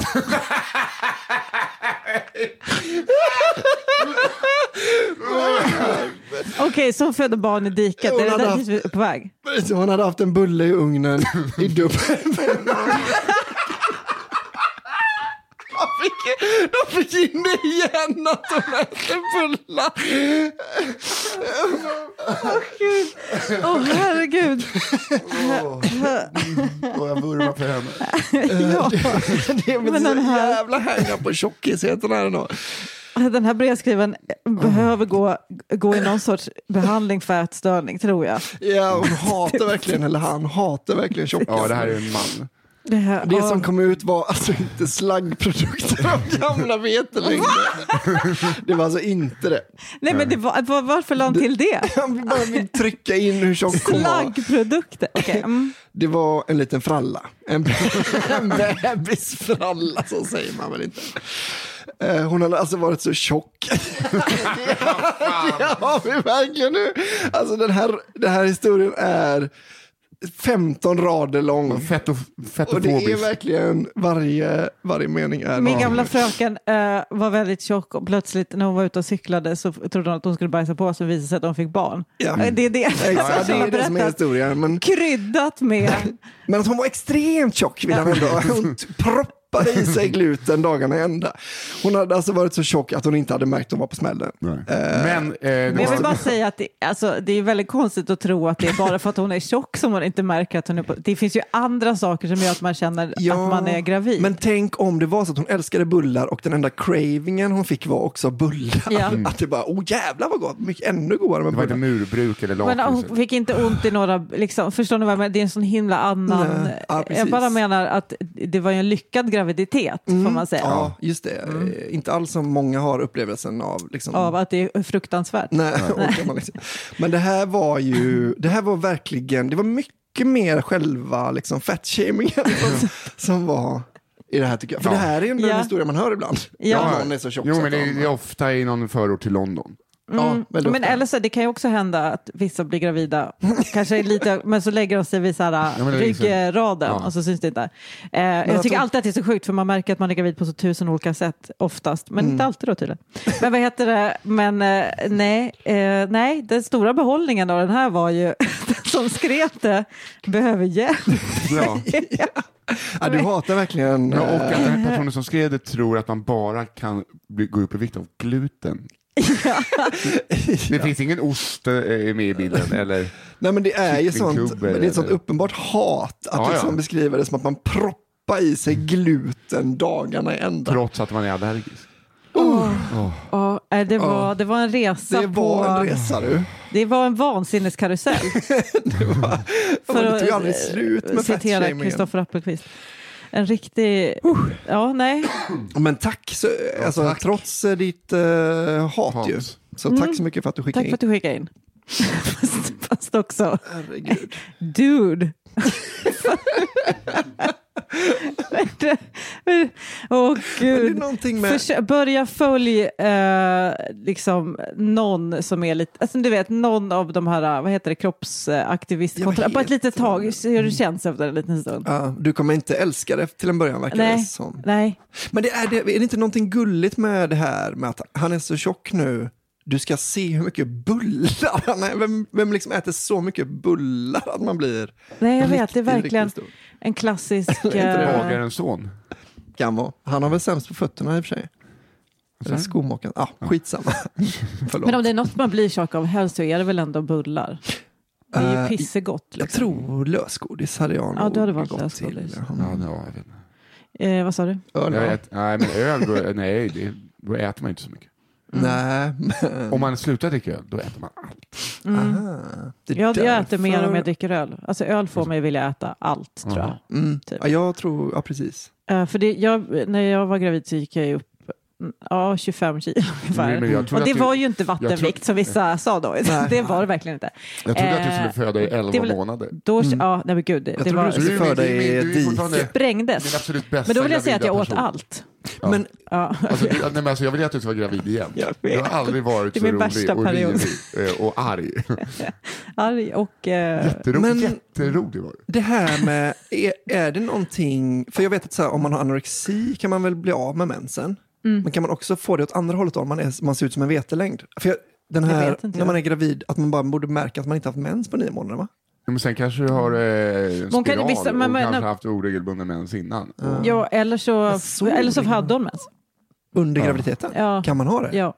Okej, så hon födde barn i diket. Är Hon det hade där haft- dit vi är på väg? Så hon hade haft en bulle i ugnen i dubbelbemanning. De fick, de fick in det igen att de äter bullar. Gud. Åh, (laughs) herregud. Och jag vurmar för henne. Ja. Det är Men väl den så här- jävla hänga på tjockisheten här ändå. Den här brevskrivaren behöver gå, gå i någon sorts behandling för ätstörning, tror jag. Ja, hon hatar verkligen, eller han hatar verkligen tjocka. Ja, det här är en man. Det, här, Det ja. som kom ut var alltså inte slaggprodukter av gamla vetelängder. Det var alltså inte det. Nej, men det var, var, varför la han till det? (laughs) Han vill bara vill trycka in hur tjock hon var. Slaggprodukter. Okej. Mm. Det var en liten fralla. En, (laughs) en bebisfralla, så säger man väl inte. Eh, Hon har alltså varit så (laughs) tjock. det, har vi verkligen nu. Alltså den här, den här historien är 15 rader lång. Fett och, fett Och det är verkligen varje, varje mening är Min en gamla annan. fröken eh, var väldigt tjock och plötsligt när hon var ute och cyklade så trodde hon att hon skulle bajsa på sig och visade sig att hon fick barn. Ja. Eh, Det är det, (laughs) Exakt, det är det som är historien. Men, (laughs) Kryddat med... men att hon var extremt tjock vill han ändå. Hon t- proppade i sig gluten dagarna i ända. Hon hade alltså varit så tjock att hon inte hade märkt att hon var på smällen. Men, eh, det Men jag var- vill bara säga att det, alltså, det är väldigt konstigt att tro att det är bara för att hon är tjock som hon inte märker att hon är på... Det finns ju andra saker som gör att man känner att man är gravid. Men tänk om det var så att hon älskade bullar och den enda cravingen hon fick var också bullar. Ja. (laughs) Att det bara, åh jävlar vad gott, mycket ännu godare med det var inte bullar. murbruk eller Men oh, lakrits. hon fick inte ont i några, liksom, förstår ni vad jag menar? Det är en sån himla annan... Nej, ja, jag precis. Mm. bara menar att det var ju en lyckad graviditet, får man säga. Ja, just det. Eh, Inte alls som många har upplevelsen av. Liksom, Av att det är fruktansvärt. Nej, (laughs) orkar man liksom. Men det här var ju, det här var verkligen, det var mycket mer själva (laughs) liksom fettshamingen som, som var i det här tycker jag. För Ja. det här är ändå Ja. en historia man hör ibland. Ja. Att någon är så tjock. Jo, så men det att är, de- det är ofta i någon förort till London. ja, väldigt Mm. Men ofta. eller så, det kan ju också hända att vissa blir gravida, kanske lite, (laughs) men så lägger de sig vid så här, Ja, men det är liksom- ryggraden Ja. och så syns det inte. Eh, jag, jag tycker tror- alltid att det är så sjukt för man märker att man är gravid på så tusen olika sätt oftast, Mm. men inte alltid då tydligen. Men vad heter det, men eh, nej, eh, nej, den stora behållningen av den här var ju (laughs) den som skrev det behöver hjälp. Ja. ja, du hatar verkligen... Ja, och eh, att den här personen som skrev det tror att man bara kan bli, gå upp i vikt av gluten. Det finns ingen ost eh, med i bilden, eller? Nej men det är ju sånt, Kycklingkubbe men det är ett sånt eller- uppenbart hat att Ja, ja. liksom beskriva det som att man proppar i sig gluten dagarna i ända. Trots att man är allergisk. Ja, eh, det, var, Ja. det var en resa Det på... var en resa du. Det var en vansinneskarusell. men det tog ju aldrig slut eh, med Eh, citera fettshamingen. Kristoffer Appelqvist. En riktig... Ja, nej. Men tack, så, alltså, trots eh, ditt eh, hat, Hat. ju. Så tack så mycket för att du skickade Mm. Tack för att du skickade in. (laughs) fast, fast också, in. (laughs) Herregud. dude. (laughs) Åh Men det är gud. någonting med... Försö- börja följ eh, liksom någon som är lite, alltså, du vet någon av de här, vad heter det, Ja, kroppsaktivistkontra. vad Bara ett litet heter tag, de? se hur det känns efter en liten stund. Ja, du kommer inte älska det till en början verkar det Nej, som. nej, Men det är, det, är det inte någonting gulligt med det här med att han är så tjock nu? Du ska se hur mycket bullar (laughs) han är. Vem, vem liksom äter så mycket bullar att man blir... nej jag vet, det är Riktigt, verkligen riktigt stor. (laughs) en klassisk... eh, Magarens son. Kan vara. Han har väl sämst på fötterna i och för sig. Eller skomakaren. Ah, (laughs) skitsamma. Förlåt. men om det är något man blir tjock av helst så är det väl ändå bullar. Det är ju Eh, pissegott. Jag Liksom. tror lösgodis hade jag Ja, nog du hade valt gått lösgodis. till. Ja, det var- jag vet inte. Eh, vad sa du? Öl, Jag va? ät, nej, men öl, då- nej, det, då äter man inte så mycket. Nej, men... Om man slutar dricka öl, då äter man allt. Ah, det är Mm. Jag, jag äter därför- mer om jag dricker öl. Alltså öl får mig vilja äta allt tror jag. Jaha. Mm. Typ. Ja, jag tror... Ja, precis. Eh, för det, jag, när jag var gravid så gick jag ju upp mm, ja, 25 kilo (laughs) ungefär. Nej, men jag trodde Och det att du- var ju inte trodde- vattenvikt som vissa sa då. (laughs) det var det verkligen inte. Jag trodde att du Eh, skulle föda i elva det är väl- månader. Då, ja, nej men gud, det, det Mm. trodde var, du skulle- det är föda min- i du är fortfarande diket. min sprängdes. absolut bästa Men då vill jag säga att jag gravida åt person. allt. Ja. Men (laughs) Ja. Alltså, du, nej, men alltså, jag vill ju att du ska vara gravid igen. Jag vet. Du har aldrig varit Det är så min rolig värsta och period. rinig eh, och arg. Arg och... Eh, Jättero- Men- Jätterolig var du. Det här med, är, är det någonting, för jag vet att så här, om man har anorexi kan man väl bli av med mensen. Mm. Men kan man också få det åt andra hållet om man, är, man ser ut som en vetelängd? För jag, den Jag här, vet inte. när man är gravid, att man bara borde märka att man inte haft mens på nio månader va? Men sen kanske du har eh, en Hon kan- spiral vissa- men- och men- kanske haft oregelbunden mens innan. Och- ja, eller så, såg eller så det. hade hon mens. Under graviditeten? Ja. Kan man ha det? Ja.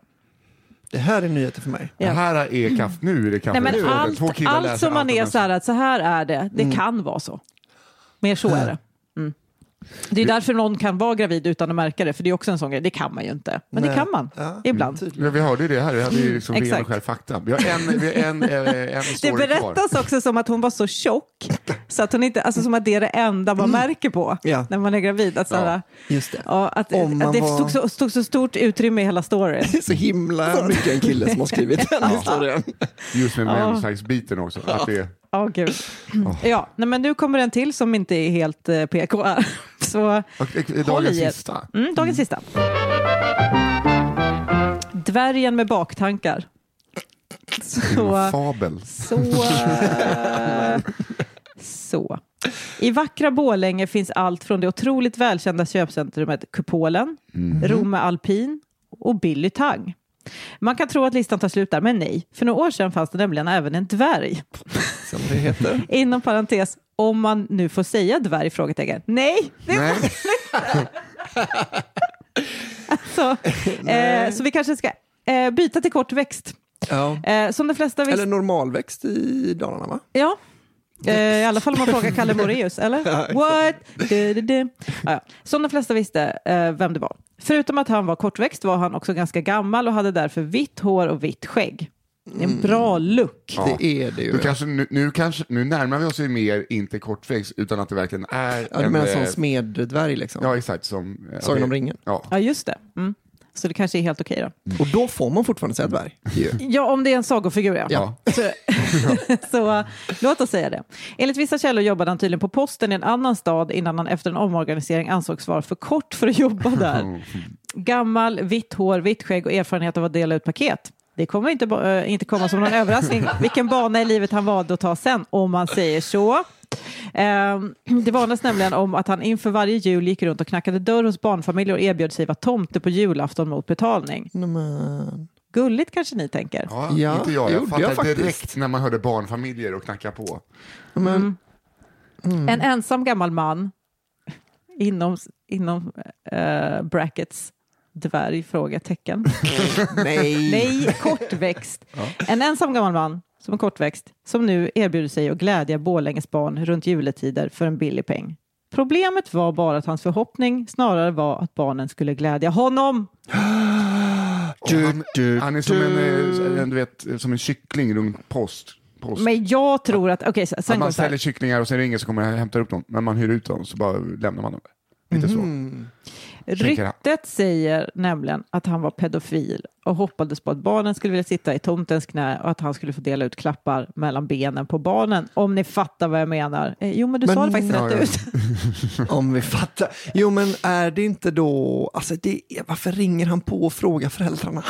Det här är nyheter för mig. Ja. Det här är kaffe, nu är det kaffe. Nej, men Nu är det. allt, Två killar läser allt som man om är mens. så här, att så här är det, det kan vara så. Mer så är det. Mm. Det är därför någon kan vara gravid utan att märka det, för det är också en sån grej. Det kan man ju inte, men det Nej. kan man Ja, typ ibland. Ja, vi hörde ju det här, vi hade ju liksom Mm, ren och exakt. skär fakta. Vi har en, vi har en, eh, en Det story kvar. berättas också som att hon var så tjock, så att hon inte, alltså som att det är det enda man märker på Ja. när man är gravid. Att, såhär, Just det. ja, att, Om man att det var- stod så, stod så stort utrymme i hela storyn. Det är så himla mycket en kille som har (laughs) skrivit den historien. Just med Ja. mensaggsbiten också. Att det, Ja, gud. Ja, nej, men nu kommer en till som inte är helt eh, PK. här. (laughs) Så och, och, håll dagens i er. sista. Mm, dagens sista. Dvärgen med baktankar. Så, Mm. En fabel. så, så. I vackra Borlänge finns allt från det otroligt välkända köpcentrumet Kupolen, Romme Alpin och Billy Tang. Man kan tro att listan tar slut där, men nej. För några år sedan fanns det nämligen även en dvärg. Som det heter. Inom parentes, om man nu får säga dvärg? Frågetecken. Nej! (laughs) Det är Nej, så. Eh, så vi kanske ska eh, byta till kortväxt. Ja. Eh, som de flesta visste... Eller normalväxt i Dalarna va? Ja. Eh, I alla fall om man frågar Kalle Moraeus, eller? What? Du, du, du. Ja, ja. Som de flesta visste eh, vem det var. Förutom att han var kortväxt var han också ganska gammal och hade därför vitt hår och vitt skägg. Det är En bra look. Ja. Det är det ju. du kanske, nu, nu, kanske, nu närmar vi oss ju mer, inte kortväxt, utan att det verkligen är... ja, du menar en, som eh, smeddvärg liksom? Ja, exakt. Som, eh, Sagan om det- ringen. Ja. Ja, just det. Mm. Så det kanske är helt okej då. Och då får man fortfarande säga dvärg. ju. Ja, om det är en sagofigur ja. Ja. Så, (laughs) så eh, låt oss säga det. Enligt vissa källor jobbade han tydligen på posten i en annan stad innan han efter en omorganisering ansågs vara för kort för att jobba där. Gammal, vitt hår, vitt skägg och erfarenhet av att dela ut paket. Det kommer inte, ba- eh, inte komma som någon överraskning vilken bana i livet han valde att ta sen, om man säger så. Ehm, Det varnas nämligen om att han inför varje jul gick runt och knackade dörr hos barnfamiljer och erbjöd sig vara tomte på julafton mot betalning. Nej, men- Gulligt kanske ni tänker? Ja, Ja, inte jag. Jag det gjorde fattade jag faktiskt. direkt när man hörde barnfamiljer och knacka på. Men, Mm. Mm. En ensam gammal man inom, inom eh, brackets dvärg? (laughs) Frågetecken. nej. (laughs) Nej, kortväxt. En ensam gammal man som är kortväxt som nu erbjuder sig att glädja Borlänges barn runt juletider för en billig peng. Problemet var bara att hans förhoppning snarare var att barnen skulle glädja honom. Och Du, han, du, han är som en, du. eh, en, du vet, som en kyckling runt post. post. Men jag tror att... Okej, så- Att sen går man det så här. säljer kycklingar och sen ringer så kommer jag och hämtar upp dem. Men man hyr ut dem så bara lämnar man dem. Lite Mm. så. tänker han. Ryktet säger nämligen att han var pedofil och hoppades på att barnen skulle vilja sitta i tomtens knä och att han skulle få dela ut klappar mellan benen på barnen. Om ni fattar vad jag menar. Eh, jo, men du Men- sa det faktiskt Ja, ja. rätt ut. Om vi fattar. Jo men är det inte då, alltså det är, varför ringer han på och frågar föräldrarna?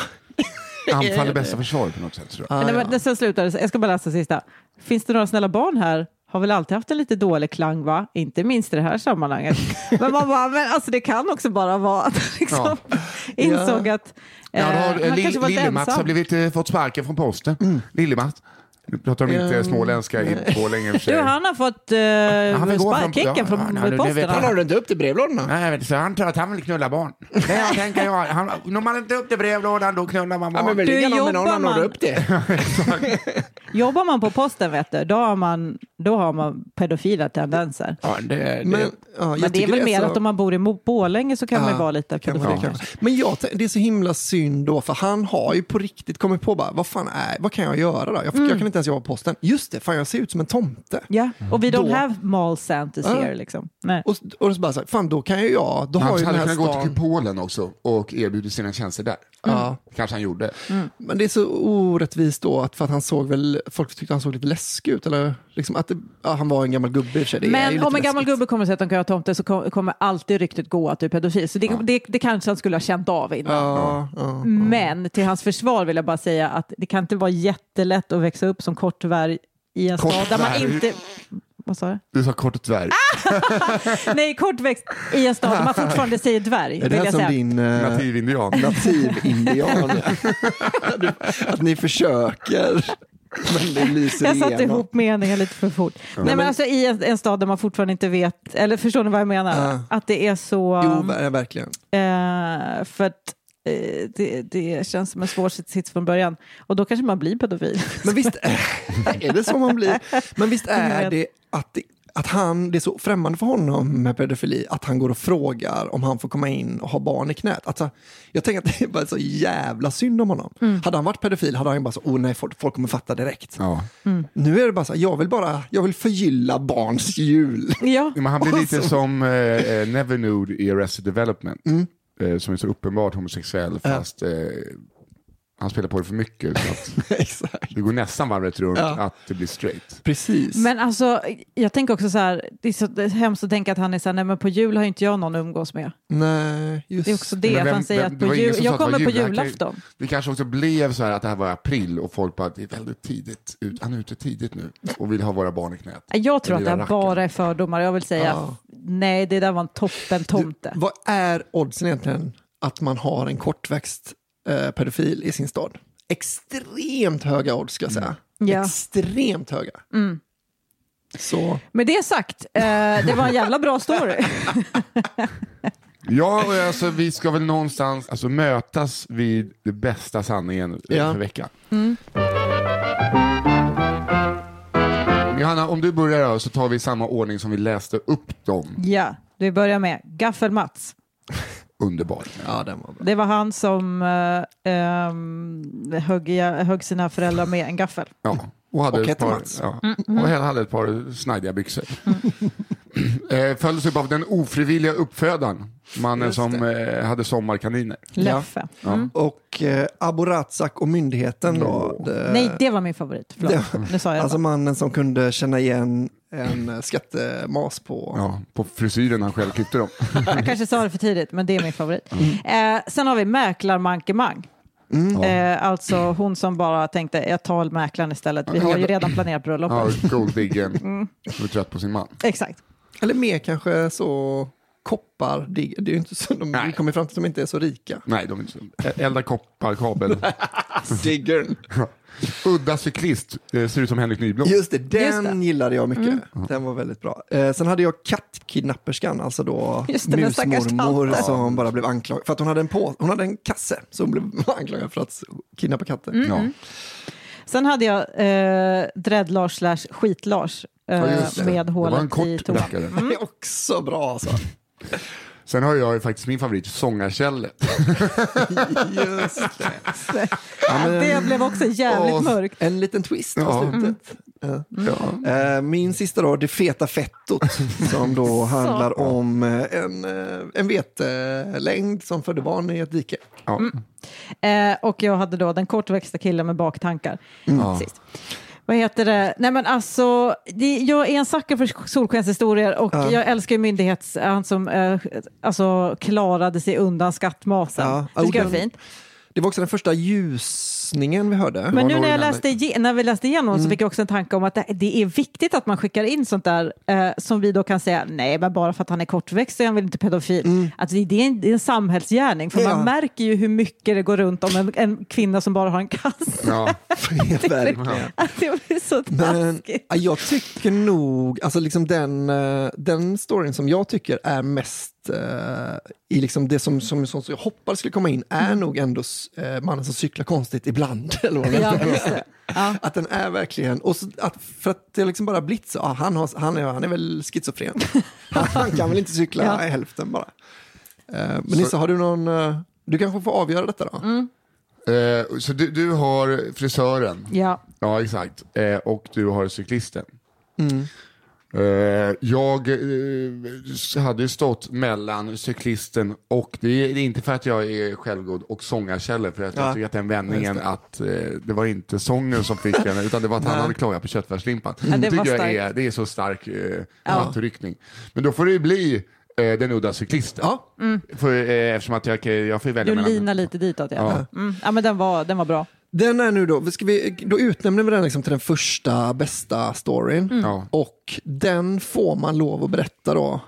Anfall är bästa försvar på något sätt tror jag. Ah, (laughs) Nej, ja. men det- sen slutar det. så- Jag ska bara läsa sista. Finns det några snälla barn här? Har väl alltid haft en lite dålig klang, va? Inte minst i det (laughs) här sammanhanget. Men man bara, men alltså det kan också bara vara att han liksom (laughs) insåg att Ja, eh, då har, eh, han Lill, kanske var Lillemats har ensam. blivit, eh, fått sparken från posten. Lillemats. Nu pratar de inte Mm. småländska i Borlänge i och för sig. Du, han har fått eh, Han vill gå spark- från- ja, kicken från, ja, från, nu- nu vet posten. jag. du inte upp till brevlådorna? Nej, men så han tror att han vill knulla barn. Det jag tänker jag. Han, når man inte upp till brevlådan då knullar man barn. men väl Du ringer någon med jobbar, någon annan man. upp det. Jobbar man på posten vet du, då har man, då har man pedofila tendenser. ja, det, Men, det, ja, jag Men det är tycker väl mer så- att om man bor i Mo- Borlänge så kan man ju Alltså- Ja, vara lite pedofil. Kanske det, kanske. kanske. Men jag, tän- det är så himla synd då, för han har ju på riktigt kommit på bara, vad fan är, vad kan jag göra då? Jag, jag kan inte ens jobba på posten. Just det, fan jag ser ut som en tomte. Ja, och we don't Mm. Då- have mall Santas Ja. here liksom. Nej. Och, och så bara så här, fan då kan ju jag, då har han ju den hade här kunnat gå till stan. Kupolen också och erbjudit sina tjänster där. Mm. Ja. kanske han gjorde. Men det är så orättvist då, att, för att han såg väl, folk tyckte han såg lite läskig ut, eller liksom att det, ja, han var en gammal gubbe i och för sig. Det är ju Men lite om en gammal läskigt. gubbe kommer och säger att de kan vara tomte så kom- kommer alltid ryktet gå att du är pedofil. Så det, det, det kanske han skulle ha känt av innan. Ja, Mm. ja. Men till hans försvar vill jag bara säga att det kan inte vara jättelätt att växa upp som kortvärg i en stad där man Kortvärg. inte... Vad sa du? Du sa kort och tvär. Ah! Nej, kortväxt i en stad (laughs) där man fortfarande säger dvärg. Är vill det här jag som säga. din eh, Nativindian. nativindian? Du- (laughs) att ni försöker, men det lyser Jag satte igenom. ihop meningen lite för fort. Nej, men men- alltså, I en, en stad där man fortfarande inte vet, eller förstår ni vad jag menar? Ja. Att det är så... Jo, ver- verkligen. eh, för att eh, det, det känns som en svår sits från början. Och (laughs) då kanske man blir pedofil. (laughs) Men visst är, är det så man blir? Men visst Jag är vet. det att det, att han, det är så främmande för honom med pedofili att han går och frågar om han får komma in och ha barn i knät. Alltså, jag tänker att det är bara så jävla synd om honom. Mm. Hade han varit pedofil hade han bara så, oh nej, folk, folk kommer fatta direkt. Ja. Mm. Nu är det bara så, här, jag vill bara, jag vill förgylla barns jul. (laughs) Ja, Men han blir lite som eh, eh, Nevernude i Arrested Development. Mm. Eh, som är så uppenbart homosexuell fast eh, han spelar på det för mycket. Så (laughs) att Exakt. det går nästan varvet runt Ja. att det blir straight. Precis. men alltså jag tänker också så här, det är så det är hemskt att tänka att han är så här, nej men på jul har inte jag någon att umgås med. nej, just Det är också det, Men att vem- han säger vem- att det på var ingen jul, som sa jag att det var kommer på jul, det här kan ju- julafton. Det kanske också blev så här att det här var i april och folk bara, det är väldigt tidigt, ut, han är ute tidigt nu och vill ha våra barn i knät. Jag tror Den lilla att det här rackaren. bara är fördomar. Jag vill säga, Ja. nej det där var en toppen tomte. Vad är oddsen egentligen att man har en kortväxt eh, pedofil i sin stad? Extremt höga odds ska jag säga. Mm. Ja. Mm. Extremt höga. Så, Med det sagt, eh, det var en jävla bra story. Ja, och alltså, vi ska väl någonstans alltså, mötas vid den bästa sanningen eh, Ja. Mm. för veckan. Johanna, om du börjar då, så tar vi i samma ordning som vi läste upp dem. ja, vi börjar med Gaffel-Mats. Underbart. ja den var bra. Det var han som eh, ehm, högg, i- högg sina föräldrar med en gaffel. Ja. Och, hade Och ett hette par, Mats. Mm, ja, och hade ett par snajdiga byxor. (laughs) Eh, Följdes upp av den ofrivilliga uppfödaren, mannen Mm. Just som eh, hade sommarkaniner. Leffe. Mm. Och eh, Aborazak och myndigheten då. Det, Eh. Nej, det var min favorit. Förlåt, nu sa jag alltså det. mannen som kunde känna igen en eh, skattemas på. Ja, på frisyren han själv klippte dem. Jag kanske sa det för tidigt, men det är min favorit. Mm. Eh, sen har vi Mäklarmankemang. Eh, alltså hon som bara tänkte, jag tar mäklaren istället. Vi har ju redan planerat bröllopet. Ja, golddiggen. Mm. Och är trött på sin man. Exakt. Eller mer kanske så koppar. Det, det är ju inte så, de vi kommer fram till att de inte är så rika. Nej, de är inte så. Elda kopparkabel. Diggern. (laughs) Udda cyklist, eh, ser ut som Henrik Nyblom. Just det, den Just det. Mm. gillade jag mycket. Mm. Den var väldigt bra. Eh, sen hade jag kattkidnapperskan, alltså då Just det, den stackars musmormor tanten. som bara blev anklagad. För att hon hade en, på, hon hade en kasse, så hon blev (laughs) anklagad för att kidnappa katter. Mm. Ja. Sen hade jag eh, Dread-Lars slash Skit-Lars eh, Ja, just det. med Det var en hålet kort i toan. rackare. Det är också bra (laughs) alltså. Sen har jag ju faktiskt min favorit, Sångarkället. Just det. (laughs) Det blev också jävligt Åh. mörkt. Mm. En liten twist på Ja. slutet. Eh. Ja. Eh, Min sista då, det feta (laughs) fettot, som då handlar om eh, en, eh, en vetelängd som födde barn i ett dike. Ja. Eh, och jag hade då den kortväxta killen med baktankar. Mm. Sist. Vad heter det? Nej men alltså, det, jag är en sucker för solskenshistorier och jag älskar ju myndighets... Han som eh, alltså, klarade sig undan skattmasen. Ja, Det tycker jag är den- fint. Det var också den första ljusningen vi hörde. Men var nu nog när, jag den- läste, ige- när vi läste igenom Mm. så fick jag också en tanke om att det, det är viktigt att man skickar in sånt där eh, som vi då kan säga, nej men bara för att han är kortväxt så är han väl inte pedofil. Alltså, det, är en, det är en samhällsgärning för Mm. Ja. man märker ju hur mycket det går runt om en, en kvinna som bara har en kasse. Ja. (laughs) Verkligen. Att det blir så Men taskigt. ja, jag tycker nog, alltså liksom den, eh, den storyn som jag tycker är mest eh, i liksom det som, som, som jag hoppades skulle komma in är Mm. nog ändå eh, mannen som cyklar konstigt ibland. (laughs) Eller vad det Ja, heter. just det. Ja. Att den är verkligen, och så, att, för att det har liksom bara blivit så, ah, han, har, han, är, han är väl schizofren. (laughs) han kan väl inte cykla Ja. i hälften bara. Eh, men Nisse, har du någon, eh, du kanske får avgöra detta då? Eh, så du, du har frisören. Ja. Ja, exakt. Eh, och du har cyklisten. Mm. Eh, jag eh, hade ju stått mellan cyklisten och, det är, det är inte för att jag är självgod, och sångarkällor. För att Ja. jag tycker att den vändningen att eh, det var inte sången som fick henne, utan det var att han hade klagat på köttfärslimpan. det det, var tycker jag är, starkt. det är så stark eh, mattryckning. Men då får det ju bli eh, den udda cyklisten. Ja. För, eh, eftersom att jag, kan- jag får ju välja Du mellan... linar lite ditåt. Ja. Mm. Ja, men den, var, den var bra. Den är nu då, ska vi, då utnämner vi den liksom till den första bästa storyn. Ja. Och den får man lov att berätta då.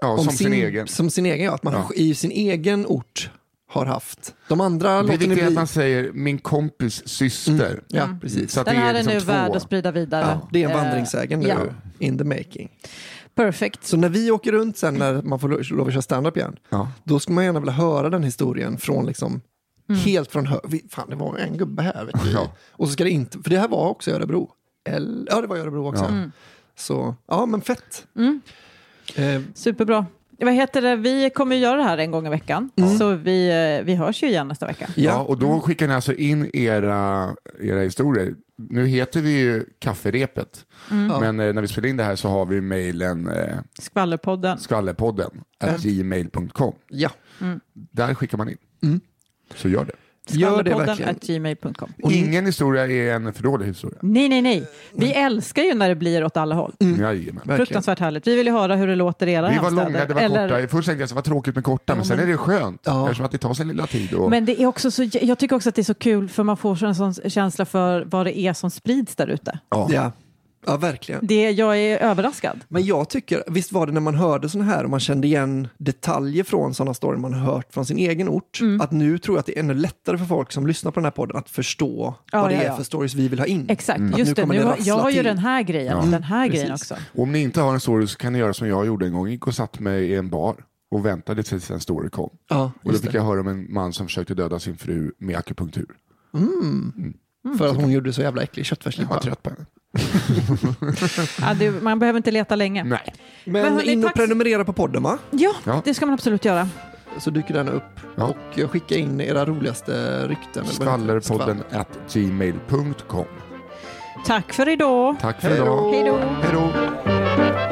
Ja, om som sin, egen. Som sin egen, ja. Att man Ja. har- i sin egen ort har haft. De andra Det är låter ni viktigt bli. Mm. att man säger min kompis syster. Ja, precis. Så att Den det här är, är liksom nu två. värd att sprida vidare. Ja, det är en Eh, vandringssägen nu, ja. in the making. Perfect. Så när vi åker runt sen när man får lo- lov att köra stand-up igen, Ja. då ska man gärna vilja höra den historien från liksom Mm. Helt från hö- vi- Fan, det var en gubbe här. Vet du. Ja. Och så ska det inte, för det här var också i Örebro. Eller, ja, det var i Örebro också. Så ja, men fett. Mm. Eh, Superbra. Vad heter det? Vi kommer ju göra det här en gång i veckan, så vi, eh, vi hörs ju igen nästa vecka. Mm. Ja, ja, och då skickar ni alltså in era, era historier. Nu heter vi ju Kafferepet, men eh, när vi spelar in det här så har vi mejlen eh, Skvallerpodden. skvallerpodden at gmail.com. ja. Där skickar man in. Så gör det. Gör det Skvallerpodden verkligen. at gmail.com. Ingen historia är en för dålig historia. Nej, nej, nej. Vi älskar ju när det blir åt alla håll. Jajamän. verkligen. Fruktansvärt härligt. Vi vill ju höra hur det låter i era Mm, Vi var hemstäder. långa, det var Eller- korta. Först tänkte jag att det var tråkigt med korta, men sen är det skönt Ja. eftersom att det tar sin lilla tid. Och... Men det är också så, jag tycker också att det är så kul för man får så en sån känsla för vad det är som sprids där ute. ja. Ja. ja, verkligen. Det- Jag är överraskad. Men jag tycker, visst var det när man hörde sådana här och man kände igen detaljer från sådana stories man har hört från sin egen ort, Mm. att nu tror jag att det är ännu lättare för folk som lyssnar på den här podden att förstå Ja, vad det ja, är ja. för stories vi vill ha in. Exakt, Att just det. kommer Nu har, rassla jag har ju till. den här grejen och den här grejen också. Och Om ni inte har en story så kan ni göra som jag gjorde en gång. Jag gick och satt mig i en bar och väntade tills en story kom. Ja, Och då just fick det. jag höra om en man som försökte döda sin fru med akupunktur. Mm. För att hon gjorde så jävla äcklig köttfärssoppa. Mm. Jag var trött på henne. Ja, du, man behöver inte leta länge. Nej. Men, Men hörni, in och tack- prenumerera på podden va? Ja, Ja. det ska man absolut göra. Så dyker den upp. Ja. Och skicka in era roligaste rykten. eller vad det heter. Skvallerpodden at gmail.com. Tack för idag. Tack för idag. Hej då. Hej då.